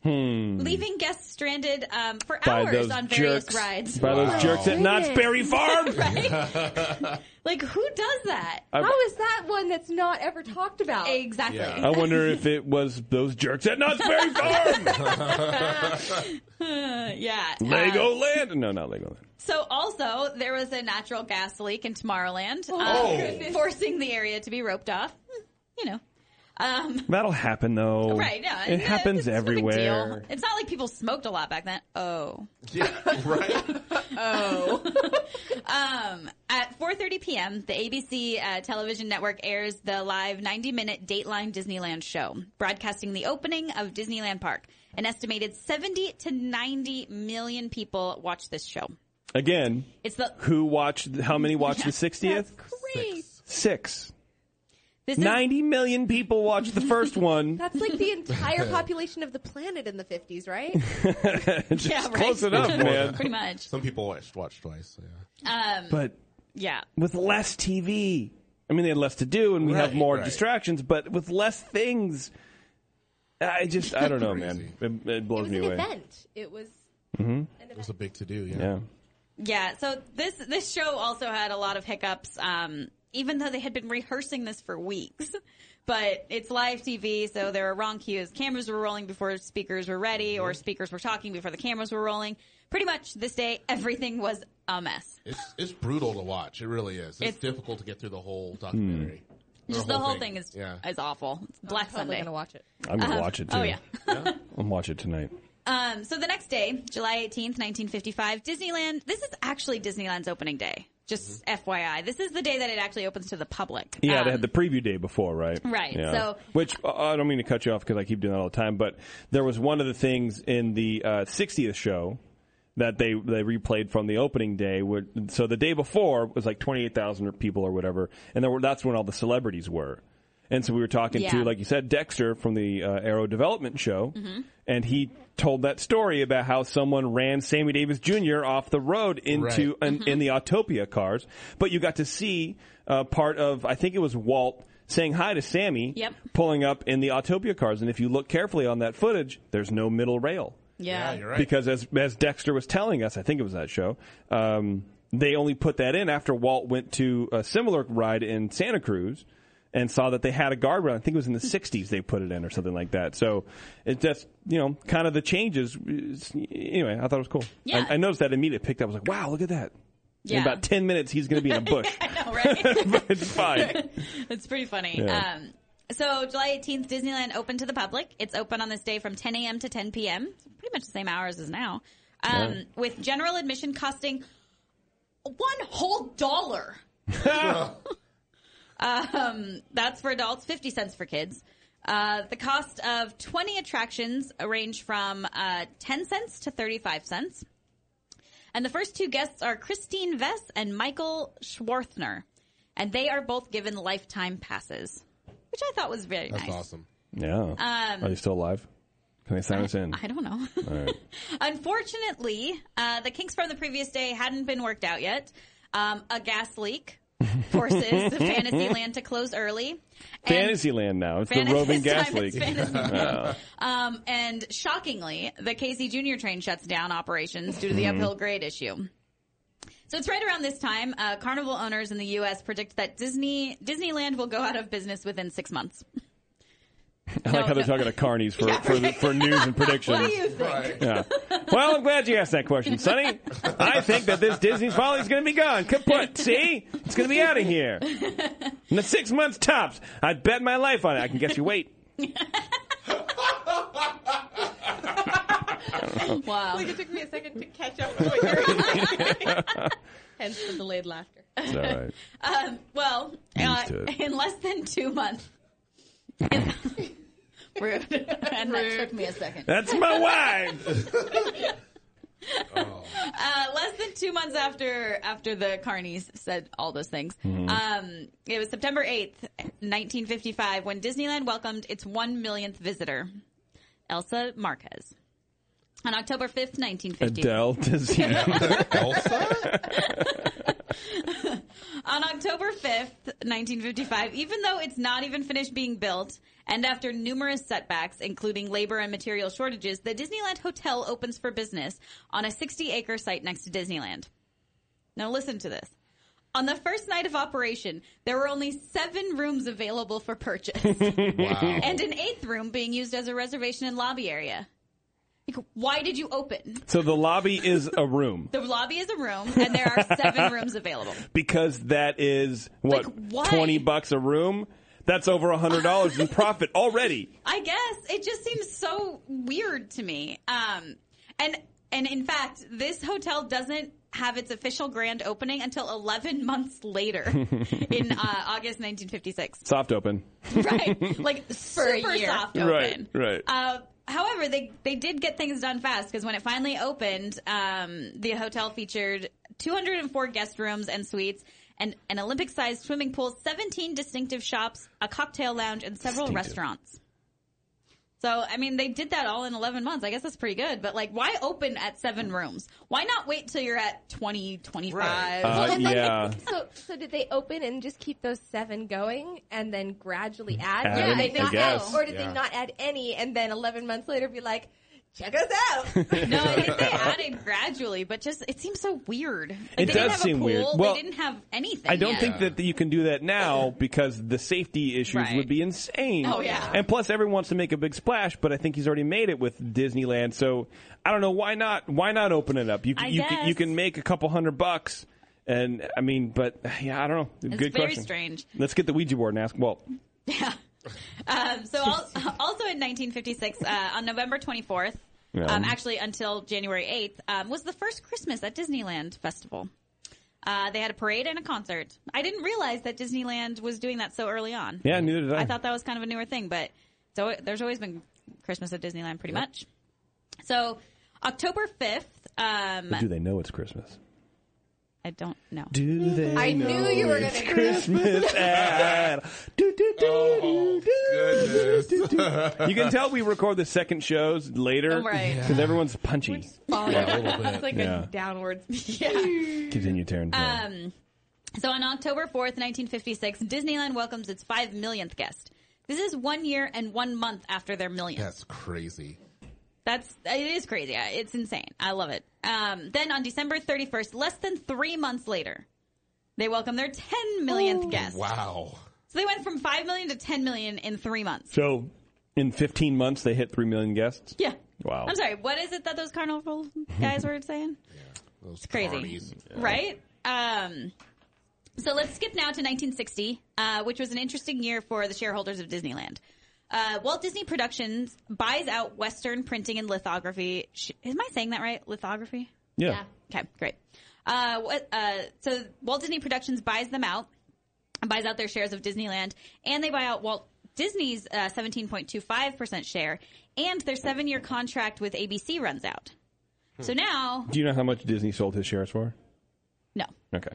Speaker 3: leaving guests stranded um, for
Speaker 2: Hmm. By
Speaker 3: hours
Speaker 2: those
Speaker 3: on various
Speaker 2: jerks.
Speaker 3: rides.
Speaker 2: By those jerks at Knott's Berry Farm.
Speaker 3: Like, who does that?
Speaker 6: How is that one that's not ever talked about?
Speaker 3: Exactly.
Speaker 2: I wonder if it was those jerks at Knott's Berry Farm.
Speaker 3: Uh, yeah. Uh,
Speaker 2: Legoland. No, not Legoland.
Speaker 3: so also, there was a natural gas leak in Tomorrowland,
Speaker 4: Oh.
Speaker 3: um, forcing the area to be roped off. Hmm, You know. Um,
Speaker 2: That'll happen though.
Speaker 3: right. No,
Speaker 2: it
Speaker 3: it's-
Speaker 2: happens
Speaker 3: it's not a big deal.
Speaker 2: everywhere.
Speaker 3: It's not like people smoked a lot back then. Oh.
Speaker 4: yeah right
Speaker 3: Um, At 4:30 p.m., the ABC uh, television network airs the live 90-minute Dateline Disneyland show, broadcasting the opening of Disneyland Park. An estimated 70 to 90 million people watch this show.
Speaker 2: Again,
Speaker 3: It's the
Speaker 2: who watched? How many watched the sixtieth?
Speaker 6: Great.
Speaker 2: Six.
Speaker 3: this is,
Speaker 2: Ninety million people watched the first one.
Speaker 6: That's like the entire population of the planet in the 50s, right?
Speaker 3: yeah, right?
Speaker 2: Close enough, man.
Speaker 3: Pretty much.
Speaker 4: some people watch watch twice yeah
Speaker 2: But
Speaker 3: Yeah.
Speaker 2: with less TV, I mean, they had less to do, and we have
Speaker 4: Right,
Speaker 2: more
Speaker 4: right.
Speaker 2: distractions, but with less things. I just, I don't know, man. It, it blows
Speaker 6: It was
Speaker 2: me
Speaker 6: an
Speaker 2: away.
Speaker 6: event. It was.
Speaker 4: It was a big to do. Yeah.
Speaker 2: Yeah.
Speaker 3: Yeah, so this this show also had a lot of hiccups, um, even though they had been rehearsing this for weeks. But it's live TV, so there were wrong cues. Cameras were rolling before speakers were ready, or speakers were talking before the cameras were rolling. Pretty much this day, everything was a mess.
Speaker 4: It's it's brutal to watch. It really is. It's,
Speaker 3: It's-
Speaker 4: difficult to get through the whole
Speaker 2: Hmm.
Speaker 4: documentary. Or
Speaker 3: Just the whole thing, is
Speaker 4: yeah.
Speaker 3: is awful. It's Black
Speaker 6: I'm totally
Speaker 3: Sunday.
Speaker 6: gonna watch it.
Speaker 2: I'm going to watch it, too.
Speaker 3: oh, yeah.
Speaker 2: I'm watch it tonight.
Speaker 3: Um, so the next day, July 18th, 1955, Disneyland. This is actually Disneyland's opening day. Just FYI, this is the day that it actually opens to the public.
Speaker 2: Yeah,
Speaker 3: Um,
Speaker 2: they had the preview day before, right?
Speaker 3: Right,
Speaker 2: Yeah.
Speaker 3: so-
Speaker 2: which uh, I don't mean to cut you off because I keep doing that all the time, but there was one of the things in the uh, 60th show that they they replayed from the opening day. would- So the day before was like 28,000 people or whatever, and there were, that's when all the celebrities were. And so we were talking
Speaker 3: Yeah. Mm-hmm.
Speaker 2: to, like you said, Dexter from the uh, Arrow Development Show, and he told that story about how someone ran Sammy Davis Jr. off the road into
Speaker 4: Right.
Speaker 2: in, in the Autopia cars, but you got to see uh, part of I think it was Walt saying hi to Sammy,
Speaker 3: Yep.
Speaker 2: pulling up in the Autopia cars, and if you look carefully on that footage, there's no middle rail
Speaker 4: Yeah, you're right.
Speaker 2: because as as Dexter was telling us, I think it was that show. Um, they only put that in after Walt went to a similar ride in Santa Cruz and saw that they had a guardrail. I think it was in
Speaker 3: Hmm.
Speaker 2: the '60s they put it in or something like that. So it's just you know kind of the changes. It's- Anyway, I thought it was cool.
Speaker 3: Yeah.
Speaker 2: I, I noticed that immediately. Picked up. I was like, wow, look at that.
Speaker 3: Yeah.
Speaker 2: In about ten minutes, he's going to be in a bush.
Speaker 3: I know, right?
Speaker 2: but it's fine.
Speaker 3: It's pretty funny.
Speaker 2: Yeah.
Speaker 3: Um, so July 18th, Disneyland open to the public. It's open on this day from 10 a.m. to 10 p.m. Pretty much the same hours as now. Um, With general admission costing one whole dollar.
Speaker 4: Ah,
Speaker 3: um, that's for adults, 50 cents for kids. Uh, the cost of 20 attractions range from uh, 10 cents to 35 cents. And the first two guests are Christine Vess and Michael Schwartner. And they are both given lifetime passes, which I thought was very
Speaker 4: That's
Speaker 3: nice.
Speaker 4: awesome.
Speaker 2: Yeah. Are they still alive? Can they sign us in?
Speaker 3: Um, I don't know. Unfortunately, uh, the kinks from the previous day hadn't been worked out yet. Um, a gas leak forces Fantasyland to close early. And-
Speaker 2: Fantasyland now. It's
Speaker 3: Fan-
Speaker 2: the roving
Speaker 3: this
Speaker 2: gas
Speaker 3: time
Speaker 2: leak.
Speaker 3: it's Fantasyland. um, and shockingly, the Casey Junior train shuts down operations due to
Speaker 2: Mm-hmm.
Speaker 3: the uphill grade issue. So it's right around this time. Uh, carnival owners in the U.S. predict that Disney Disneyland will go out of business within six months.
Speaker 2: I like
Speaker 3: No,
Speaker 2: how they're
Speaker 3: no.
Speaker 2: talking to carnies for, for, for news and predictions.
Speaker 3: What do you think?
Speaker 4: Right.
Speaker 2: Yeah. Well, I'm glad you asked that question, Sonny. I think that this Disney folly's going to be gone. Kaput. See? It's going to be out of here. In the six months tops. I bet my life on it. I can guess your weight.
Speaker 3: Wow.
Speaker 6: Like it took me a second to catch up with what you were saying. Hence the delayed laughter.
Speaker 2: It's all right.
Speaker 3: Um, well, uh,
Speaker 2: Used to it.
Speaker 3: in less than two months. Rude. And that took me a second.
Speaker 2: That's my wife.
Speaker 3: Uh, less than two months after after the carnies said all those things, um, it was September eighth, nineteen fifty five, when Disneyland welcomed its one millionth visitor, Elsa Marquez. On October fifth, nineteen fifty.
Speaker 2: Adele disease.
Speaker 4: Elsa?
Speaker 3: On October 5th, 1955, even though it's not even finished being built, and after numerous setbacks, including labor and material shortages, the Disneyland Hotel opens for business on a 60 acre site next to Disneyland. Now listen to this. On the first night of operation, there were only seven rooms available for purchase,
Speaker 4: Wow.
Speaker 3: and an eighth room being used as a reservation and lobby area. Like, why did you open?
Speaker 2: So the lobby is a room
Speaker 3: The lobby is a room, and there are seven rooms available.
Speaker 2: because that is what
Speaker 3: Like, why?
Speaker 2: 20 bucks a room. That's over $100 in profit already.
Speaker 3: I guess it just seems so weird to me. Um, and and in fact, this hotel doesn't have its official grand opening until 11 months later in uh, August 1956.
Speaker 2: Soft open.
Speaker 3: Right, like
Speaker 6: a
Speaker 3: super
Speaker 6: year.
Speaker 3: soft
Speaker 2: Right,
Speaker 3: open.
Speaker 2: right.
Speaker 3: Uh, however, they they did get things done fast because when it finally opened, um, the hotel featured 204 guest rooms and suites. And an Olympic-sized swimming pool, 17 distinctive shops, a cocktail lounge, and several
Speaker 2: Distinctive.
Speaker 3: restaurants. So, I mean, they did that all in 11 months. I guess that's pretty good. But, like, why open at seven rooms? Why not wait till you're at 20, 25?
Speaker 2: Uh, yeah.
Speaker 6: So, so did they open and just keep those seven going and then gradually add?
Speaker 2: Add
Speaker 6: Or did
Speaker 2: them,
Speaker 6: they
Speaker 2: I
Speaker 6: not
Speaker 2: guess.
Speaker 6: add, or did
Speaker 2: Yeah.
Speaker 6: they not add any and then 11 months later be like, check us out?
Speaker 3: No, I guess they added gradually, but just, it seems so weird. Like,
Speaker 2: It
Speaker 3: they
Speaker 2: does
Speaker 3: didn't have
Speaker 2: seem
Speaker 3: a pool.
Speaker 2: weird. Well,
Speaker 3: they didn't have anything.
Speaker 2: I don't
Speaker 3: yet.
Speaker 2: think that you can do that now because the safety issues
Speaker 3: Right.
Speaker 2: would be insane.
Speaker 3: Oh, yeah.
Speaker 2: And plus, everyone wants to make a big splash, but I think he's already made it with Disneyland. So I don't know why not. Why not open it up? You
Speaker 3: I
Speaker 2: can, you can,
Speaker 3: guess.
Speaker 2: you can make a couple hundred bucks, and I mean, but yeah, I don't know.
Speaker 3: It's
Speaker 2: Good
Speaker 3: very
Speaker 2: question.
Speaker 3: strange.
Speaker 2: Let's get the Ouija board and ask Walt.
Speaker 3: Um, so, al- also in 1956, uh, on November 24th,
Speaker 2: Yeah.
Speaker 3: um, actually until January 8th, um, was the first Christmas at Disneyland Festival. Uh, they had a parade and a concert. I didn't realize that Disneyland was doing that so early on.
Speaker 2: Yeah, neither did I.
Speaker 3: I thought that was kind of a newer thing, but so there's always been Christmas at Disneyland, pretty much. So October 5th. Um,
Speaker 2: But do they know it's Christmas?
Speaker 3: I don't know.
Speaker 2: Do they?
Speaker 6: I knew you were going to do this.
Speaker 2: Christmas ad. Do, do, do,
Speaker 3: Oh.
Speaker 2: do, do,
Speaker 4: goodness.
Speaker 2: do, do. You can tell we record the second shows later
Speaker 3: Right.
Speaker 2: because everyone's punchy.
Speaker 4: Yeah, a little bit.
Speaker 6: It's like
Speaker 2: Yeah.
Speaker 6: a downward.
Speaker 2: Continue, Taryn.
Speaker 3: Um, so on October 4th, 1956, Disneyland welcomes its 5 millionth guest. This is one year and one month after their millionth.
Speaker 4: That's crazy.
Speaker 3: That's it is crazy. I- It's insane. I love it. Um, then on December 31st, less than three months later, they welcome their 10 millionth guest.
Speaker 4: Wow.
Speaker 3: So they went from 5 million to 10 million in three months.
Speaker 2: so, in 15 months, they hit 3 million guests?
Speaker 3: Yeah.
Speaker 2: Wow.
Speaker 3: I'm sorry. What is it that those carnival guys were saying?
Speaker 4: Those
Speaker 3: crazy,
Speaker 4: carnies.
Speaker 3: right? Um, so let's skip now to 1960, uh, which was an interesting year for the shareholders of Disneyland. Uh, Walt Disney Productions buys out Western Printing and Lithography. Sh- Am I saying that right? Lithography.
Speaker 2: Yeah.
Speaker 3: Okay, great. Uh, what, uh, so Walt Disney Productions buys them out, and buys out their shares of Disneyland, and they buy out Walt Disney's uh, 17.25% share, and their seven-year contract with ABC runs out. So now,
Speaker 2: Do you know how much Disney sold his shares for?
Speaker 3: no.
Speaker 2: Okay.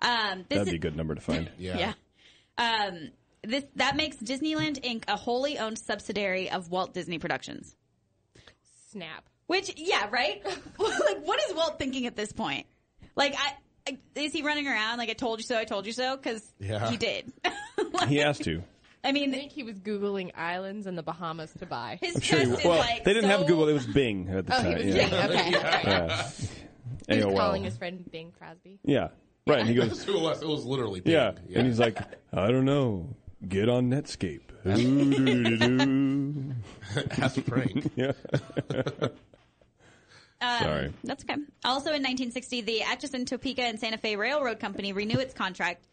Speaker 3: Um, this
Speaker 2: That'd
Speaker 3: is-
Speaker 2: be a good number to find.
Speaker 3: Yeah.
Speaker 4: Yeah.
Speaker 3: Um, this that makes Disneyland Inc. a wholly owned subsidiary of Walt Disney Productions.
Speaker 6: Snap.
Speaker 3: Which, yeah, right. like, what is Walt thinking at this point? Like, I, I is he running around like I told you so? I told you so because
Speaker 4: Yeah.
Speaker 3: he did. Like,
Speaker 2: He has to.
Speaker 3: I
Speaker 6: I
Speaker 3: mean,
Speaker 6: think he was Googling islands in the Bahamas to buy.
Speaker 3: his
Speaker 2: Sure.
Speaker 3: chest
Speaker 2: he-
Speaker 3: is
Speaker 2: Well,
Speaker 3: like
Speaker 2: they didn't
Speaker 3: so-
Speaker 2: have Google. It was Bing at the
Speaker 6: Oh, he
Speaker 2: time.
Speaker 6: was
Speaker 2: Uh, yeah.
Speaker 6: Bing. Okay.
Speaker 2: Yeah.
Speaker 6: He was
Speaker 2: AOL.
Speaker 6: calling his friend Bing Crosby.
Speaker 2: Yeah. Right. And he goes,
Speaker 4: It was, it was literally big.
Speaker 2: yeah. And he's like, I don't know. Get on Netscape. Ooh-doo-doo-doo.
Speaker 4: That's a prank.
Speaker 2: yeah.
Speaker 3: Um,
Speaker 2: Sorry.
Speaker 3: That's okay. Also in 1960, the Atchison, Topeka, and Santa Fe Railroad Company renew its contract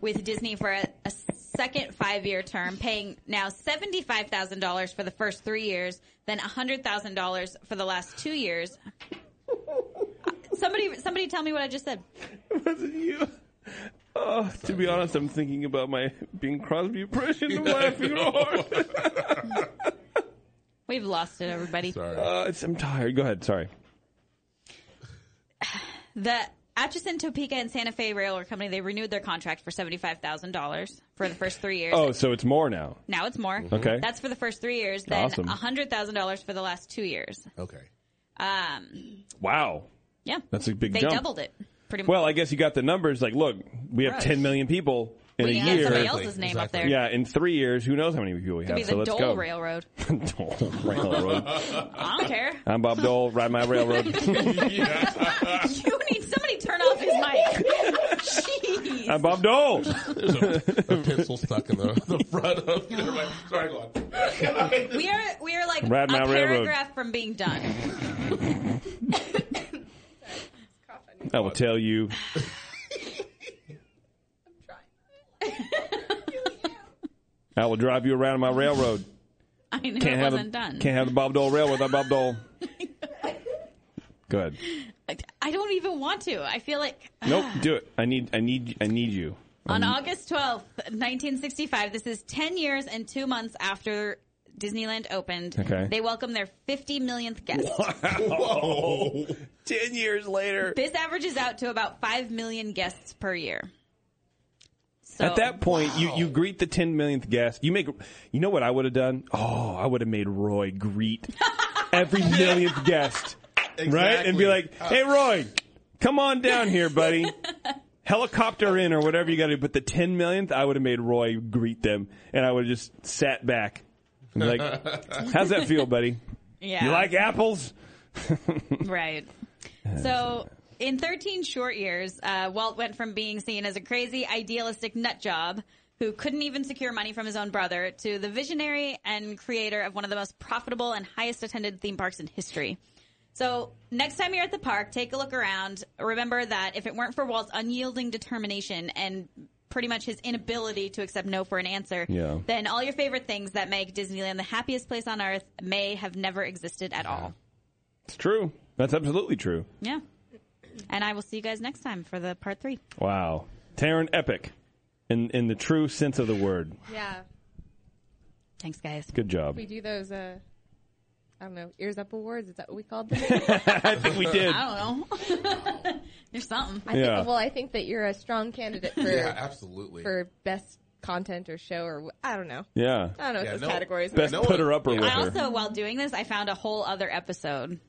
Speaker 3: with Disney for a, a second five-year term, paying now $75,000 for the first three years, then $100,000 for the last two years. Somebody, somebody tell me what I just said.
Speaker 2: Was it you? Oh, to be honest, I'm thinking about my Bing Crosby impression and laughing hard.
Speaker 3: We've lost it, everybody.
Speaker 4: Sorry.
Speaker 2: Uh, it's, I'm tired. Go ahead. Sorry.
Speaker 3: The Atchison, Topeka, and Santa Fe Railroad Company, they renewed their contract for $75,000 for the first three years.
Speaker 2: Oh, so it's more now.
Speaker 3: Now it's more.
Speaker 2: Okay.
Speaker 3: That's for the first three years, then
Speaker 2: Awesome.
Speaker 3: $100,000 for the last two years.
Speaker 4: okay.
Speaker 3: Um,
Speaker 2: Wow.
Speaker 3: yeah.
Speaker 2: That's a big
Speaker 3: They
Speaker 2: jump.
Speaker 3: doubled it. Pretty much.
Speaker 2: Well, I guess you got the numbers. Like, look, we have
Speaker 3: Right.
Speaker 2: 10 million people in
Speaker 3: we
Speaker 2: a
Speaker 3: can
Speaker 2: year.
Speaker 3: have somebody
Speaker 4: Exactly,
Speaker 3: else's name up
Speaker 4: exactly.
Speaker 3: there.
Speaker 2: Yeah, in three years, who knows how many people we
Speaker 3: Could
Speaker 2: have?
Speaker 3: be
Speaker 2: so
Speaker 3: the
Speaker 2: let's
Speaker 3: Dole
Speaker 2: go.
Speaker 3: Railroad.
Speaker 2: Dole Railroad.
Speaker 3: I don't care.
Speaker 2: I'm Bob Dole. Ride my railroad.
Speaker 3: you need somebody turn off his mic. Jeez.
Speaker 2: I'm Bob Dole.
Speaker 4: There's a, a pencil stuck in the, the front of. Never mind. Sorry, go on.
Speaker 3: we are we are like
Speaker 2: Ride
Speaker 3: a
Speaker 2: my railroad.
Speaker 3: paragraph from being done.
Speaker 2: I will tell you. I will drive you around my railroad.
Speaker 3: I knew
Speaker 2: Can't
Speaker 3: it
Speaker 2: have
Speaker 3: wasn't
Speaker 2: the,
Speaker 3: done.
Speaker 2: Can't have the Bob Dole railroad without Bob Dole. Good.
Speaker 3: Like, I don't even want to. I feel like
Speaker 2: Nope. Do it. I need. I need. I need you.
Speaker 3: On
Speaker 2: Um,
Speaker 3: August 12th, 1965, this is 10 years and two months after Disneyland opened.
Speaker 2: Okay.
Speaker 3: They welcomed their 50 millionth guest.
Speaker 2: Oh.
Speaker 4: Whoa.
Speaker 2: Ten years later.
Speaker 3: This averages out to about 5 million guests per year. So
Speaker 2: At that point, you, you greet the 10 millionth guest. You make, you know what I would have done? Oh, I would have made Roy greet every millionth guest. Right? And be
Speaker 4: Exactly. Uh,
Speaker 2: like, hey, Roy, come on down here, buddy. Helicopter in or whatever you got to do. But the 10 millionth, I would have made Roy greet them. And I would have just sat back. And be like, how's that feel, buddy?
Speaker 3: Yeah.
Speaker 2: You like apples?
Speaker 3: right. So in 13 short years, uh, Walt went from being seen as a crazy, idealistic nut job who couldn't even secure money from his own brother to the visionary and creator of one of the most profitable and highest attended theme parks in history. So next time you're at the park, take a look around. Remember that if it weren't for Walt's unyielding determination and pretty much his inability to accept no for an answer,
Speaker 2: Yeah.
Speaker 3: then all your favorite things that make Disneyland the happiest place on earth may have never existed at all.
Speaker 2: It's true. That's absolutely true.
Speaker 3: Yeah. And I will see you guys next time for the part three.
Speaker 2: Wow. Taryn Epic in, in the true sense of the word.
Speaker 6: Yeah.
Speaker 3: Thanks, guys.
Speaker 2: Good job.
Speaker 6: We do those, uh, I don't know, ears up awards. Is that what we called them?
Speaker 2: I think we did.
Speaker 3: I don't know. There's something.
Speaker 6: I think,
Speaker 2: Yeah.
Speaker 6: well, I think that you're a strong candidate for
Speaker 4: Yeah, absolutely.
Speaker 6: for best content or show or wh- I don't know.
Speaker 2: Yeah.
Speaker 6: I don't know
Speaker 4: Yeah,
Speaker 6: what those
Speaker 4: no.
Speaker 6: categories
Speaker 2: Best
Speaker 6: were.
Speaker 4: No
Speaker 2: put her
Speaker 4: one-
Speaker 2: upper with
Speaker 3: I
Speaker 2: her.
Speaker 3: also, while doing this, I found a whole other episode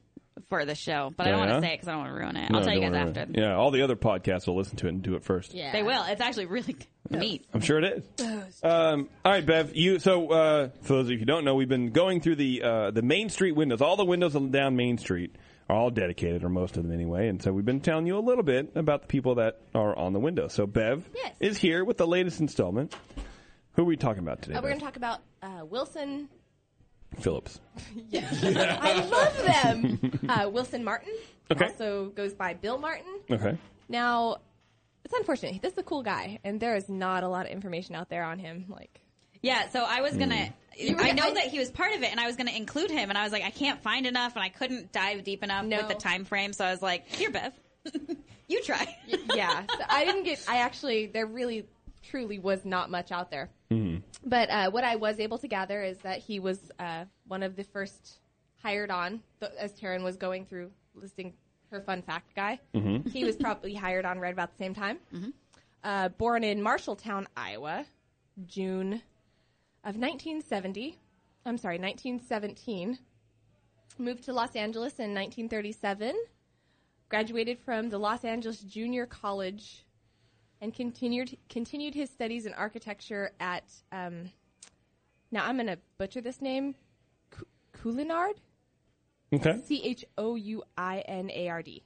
Speaker 3: for the show, but I don't
Speaker 2: Yeah?
Speaker 3: want to say it because I don't want to ruin it.
Speaker 2: No,
Speaker 3: I'll tell you
Speaker 2: don't
Speaker 3: guys
Speaker 2: worry.
Speaker 3: after.
Speaker 2: Yeah, all the other podcasts will listen to it and do it first.
Speaker 6: Yeah.
Speaker 3: They will. It's actually really neat.
Speaker 2: I'm sure it is. Um, all right, Bev. You so uh, for those of you who don't know, we've been going through the uh, the Main Street windows. All the windows on- down Main Street are all dedicated, or most of them anyway. And so we've been telling you a little bit about the people that are on the window. So Bev
Speaker 6: Yes.
Speaker 2: is here with the latest installment. Who are we talking about today?
Speaker 6: Uh, we're
Speaker 2: Bev?
Speaker 6: going to talk about uh, Wilson.
Speaker 2: Phillips.
Speaker 6: I love them. Uh, Wilson Martin
Speaker 2: Okay.
Speaker 6: also goes by Bill Martin.
Speaker 2: Okay.
Speaker 6: Now, it's unfortunate. This is a cool guy, and there is not a lot of information out there on him. Like,
Speaker 3: Yeah, so I was going to.
Speaker 2: Mm.
Speaker 6: You were-
Speaker 3: I know
Speaker 6: I-
Speaker 3: that he was part of it, and I was going to include him, and I was like, I can't find enough, and I couldn't dive deep enough
Speaker 6: No.
Speaker 3: with the time frame, so I was like, here, Bev, you try.
Speaker 6: yeah, so I didn't get. I actually there really truly was not much out there. But uh, what I was able to gather is that he was uh, one of the first hired on th- as Taryn was going through listing her fun fact guy. He was probably hired on right about the same time. Uh, born in Marshalltown, Iowa, June of 1970. I'm sorry, 1917. Moved to Los Angeles in 1937 graduated from the Los Angeles Junior College, and continued continued his studies in architecture at. Um, now I'm going to butcher this name, Cu- Coulinard,
Speaker 2: Okay.
Speaker 6: C H O U I N A R D.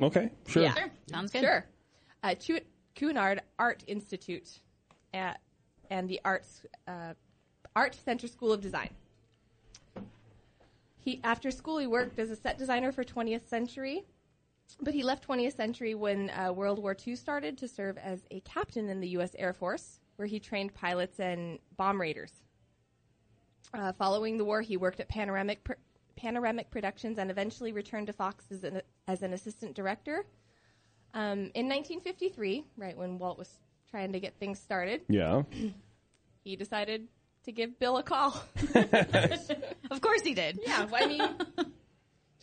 Speaker 2: Okay. Sure.
Speaker 6: Yeah.
Speaker 3: Sure. Sounds good.
Speaker 6: Sure, uh, Chu- Coulinard Art Institute, at, and the Arts uh, Art Center School of Design. He after school he worked as a set designer for 20th Century. But he left 20th century when uh, World War II started to serve as a captain in the U.S. Air Force, where he trained pilots and bomb raiders. Uh, following the war, he worked at Panoramic Pr- Panoramic Productions and eventually returned to Fox as an, as an assistant director. Um, in 1953, right when Walt was trying to get things started,
Speaker 2: Yeah.
Speaker 6: he decided to give Bill a call.
Speaker 3: Of course he did.
Speaker 6: Yeah, well, I mean,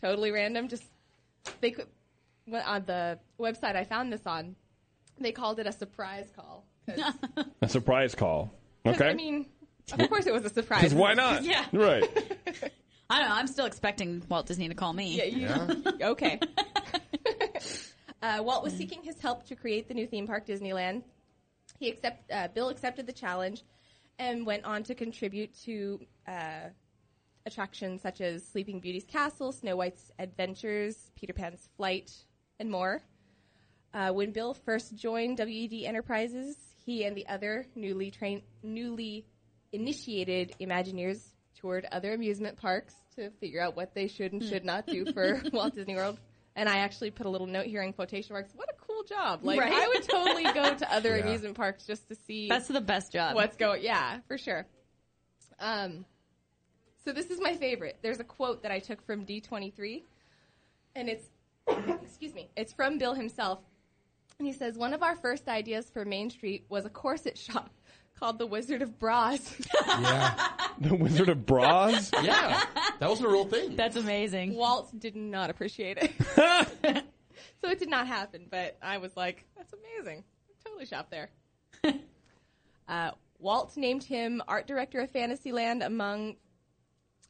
Speaker 6: totally random. Just they could when- on the website I found this on. They called it a surprise call. 'Cause-
Speaker 2: A surprise call. Okay.
Speaker 6: I mean, of course it was a surprise.
Speaker 2: 'Cause why not?
Speaker 3: Yeah.
Speaker 2: Right.
Speaker 3: I don't know. I'm still expecting Walt Disney to call me.
Speaker 6: Yeah, you- okay. uh, Walt was seeking his help to create the new theme park, Disneyland. He accept uh, Bill accepted the challenge, and went on to contribute to uh, attractions such as Sleeping Beauty's Castle, Snow White's Adventures, Peter Pan's Flight, and more. Uh, when Bill first joined WED Enterprises, he and the other newly trained, newly initiated Imagineers toured other amusement parks to figure out what they should and
Speaker 3: Hmm.
Speaker 6: should not do for Walt Disney World. And I actually put a little note here in quotation marks. What a cool job! Like
Speaker 3: Right?
Speaker 6: I would totally go to other amusement parks just to see
Speaker 3: That's the best job.
Speaker 6: what's going. Yeah, for sure. Um, so this is my favorite. There's a quote that I took from D23, and it's excuse me, it's from Bill himself, and he says one of our first ideas for Main Street was a corset shop called the Wizard of Bras.
Speaker 4: yeah.
Speaker 2: the Wizard of Bras.
Speaker 4: yeah. That was a real thing.
Speaker 3: That's amazing.
Speaker 6: Walt did not appreciate it, so it did not happen. But I was like, that's amazing. I'd totally shop there. Uh, Walt named him art director of Fantasyland. Among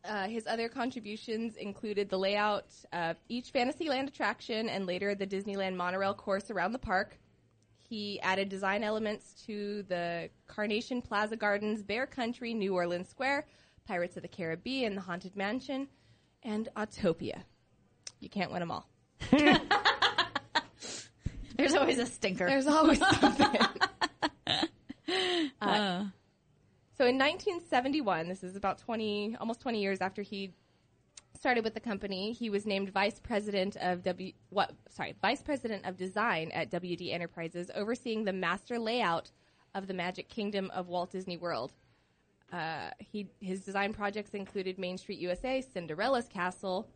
Speaker 6: uh, his other contributions included the layout of each Fantasyland attraction and later the Disneyland monorail course around the park. He added design elements to the Carnation Plaza Gardens, Bear Country, New Orleans Square, Pirates of the Caribbean, the Haunted Mansion, and Autopia. You can't win them all.
Speaker 3: There's always a stinker.
Speaker 6: There's always something. Uh, so in 1971, this is about 20, almost 20 years after he started with the company, he was named vice president of W. What? Sorry, vice president of design at WD Enterprises, overseeing the master layout of the Magic Kingdom of Walt Disney World. Uh, he his design projects included Main Street USA, Cinderella's Castle,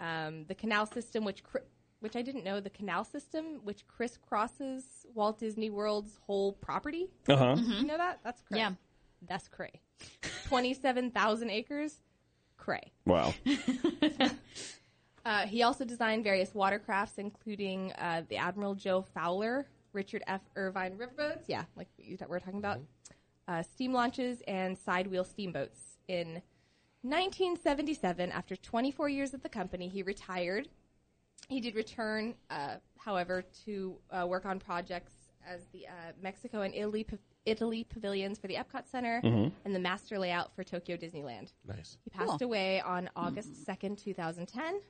Speaker 6: um, the canal system, which cr- which I didn't know, the canal system which crisscrosses Walt Disney World's whole property.
Speaker 2: Uh huh.
Speaker 6: You know that? That's cray.
Speaker 3: Yeah.
Speaker 6: That's cray. 27,000 acres, cray.
Speaker 2: Wow.
Speaker 6: Uh, he also designed various watercrafts, including uh, the Admiral Joe Fowler, Richard F. Irvine riverboats. Yeah, like you that we're talking about. Uh, steam launches and side wheel steamboats. In 1977, after 24 years at the company, he retired. He did return, uh, however, to uh, work on projects as the uh, Mexico and Italy, pa- Italy pavilions for the Epcot Center and the master layout for Tokyo Disneyland.
Speaker 4: Nice.
Speaker 6: He passed away on August 2nd, 2010.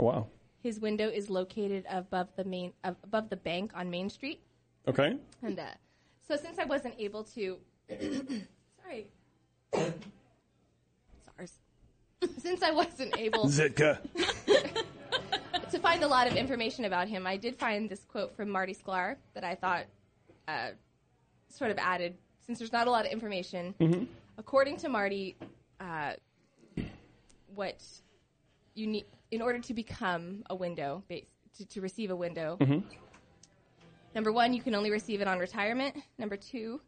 Speaker 2: Oh, Wow.
Speaker 6: His window is located above the main ab- above the bank on Main Street.
Speaker 2: Okay.
Speaker 6: And uh, so since I wasn't able to, sorry, SARS. Since I wasn't able
Speaker 2: Zitka.
Speaker 6: to find a lot of information about him, I did find this quote from Marty Sklar that I thought uh, sort of added, since there's not a lot of information. According to Marty, uh, what you need in order to become a window, base, to, to receive a window, number one, you can only receive it on retirement. Number two,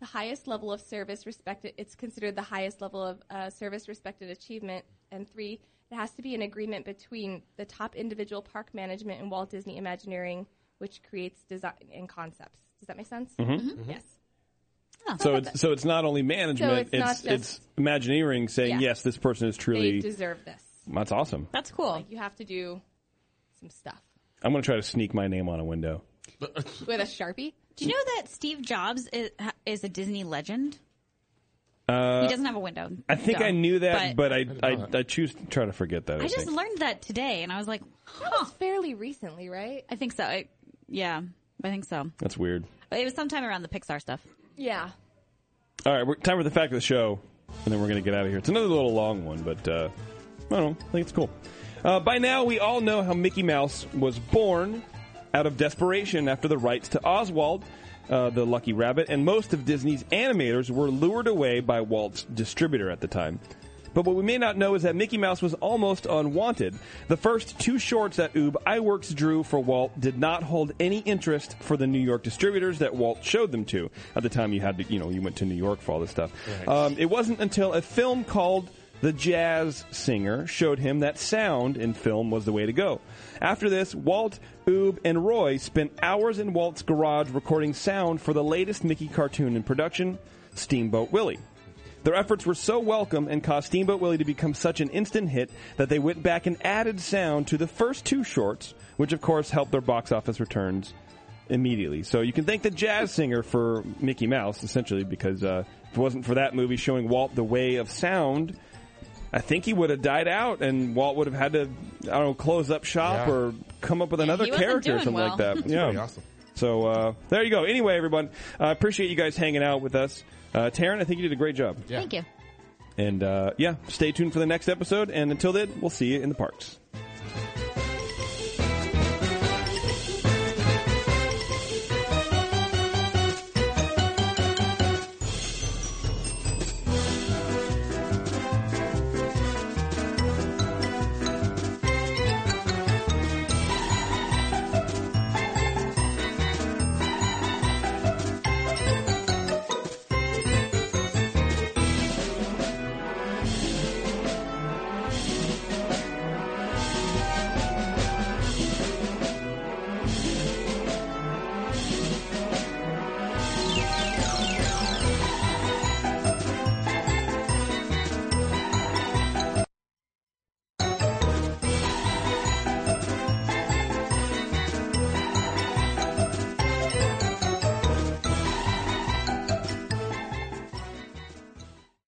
Speaker 6: the highest level of service respected it's considered the highest level of uh, service respected achievement and three it has to be an agreement between the top individual park management and walt disney imagineering which creates design and concepts does that make sense yes
Speaker 2: So it's so it's not only management.
Speaker 6: So it's not
Speaker 2: it's,
Speaker 6: just-
Speaker 2: it's Imagineering saying
Speaker 6: Yeah.
Speaker 2: yes, this person is
Speaker 6: they
Speaker 2: truly.
Speaker 6: deserve this
Speaker 2: that's awesome.
Speaker 3: That's cool.
Speaker 6: you have to do some stuff
Speaker 2: I'm gonna try to sneak my name on a window.
Speaker 6: with a sharpie
Speaker 3: Do you know that Steve Jobs is, is a Disney legend? he doesn't have a window.
Speaker 2: Uh, I think
Speaker 3: Duh.
Speaker 2: I knew that,
Speaker 3: But,
Speaker 2: but, I, I I choose to try to forget that. I,
Speaker 3: I just
Speaker 2: think.
Speaker 3: learned that today, and I was like, huh.
Speaker 6: fairly recently right
Speaker 3: I think so. I, yeah, I think so.
Speaker 2: that's weird.
Speaker 3: It was sometime around the Pixar stuff.
Speaker 6: yeah
Speaker 2: All right, we're, time for the fact of the show, and then we're going to get out of here. It's another little long one, but uh, I don't know. I think it's cool. Uh, by now, we all know how Mickey Mouse was born out of desperation after the rights to Oswald, uh, the lucky rabbit, and most of Disney's animators were lured away by Walt's distributor at the time. But what we may not know is that Mickey Mouse was almost unwanted. The first two shorts that Oob Iwerks drew for Walt did not hold any interest for the New York distributors that Walt showed them to. At the time, you had to, you know, you went to New York for all this stuff. Um, it wasn't until a film called The Jazz Singer showed him that sound in film was the way to go. After this, Walt, Oob, and Roy spent hours in Walt's garage recording sound for the latest Mickey cartoon in production, Steamboat Willie. Their efforts were so welcome and caused Steamboat Willie to become such an instant hit that they went back and added sound to the first two shorts, which of course helped their box office returns immediately. So you can thank the jazz singer for Mickey Mouse, essentially, because uh, if it wasn't for that movie showing Walt the way of sound, I think he would have died out and Walt would have had to, I don't know, close up shop
Speaker 4: Yeah.
Speaker 2: or come up with another
Speaker 3: he wasn't
Speaker 2: character or
Speaker 3: doing
Speaker 2: something like
Speaker 3: well.
Speaker 2: that. yeah.
Speaker 4: Pretty awesome.
Speaker 2: So uh, there you go. Anyway, everyone, I appreciate you guys hanging out with us. Uh, Taryn, I think you did a great job.
Speaker 4: Yeah.
Speaker 3: Thank you.
Speaker 2: And uh, yeah, stay tuned for the next episode. And until then, we'll see you in the parks.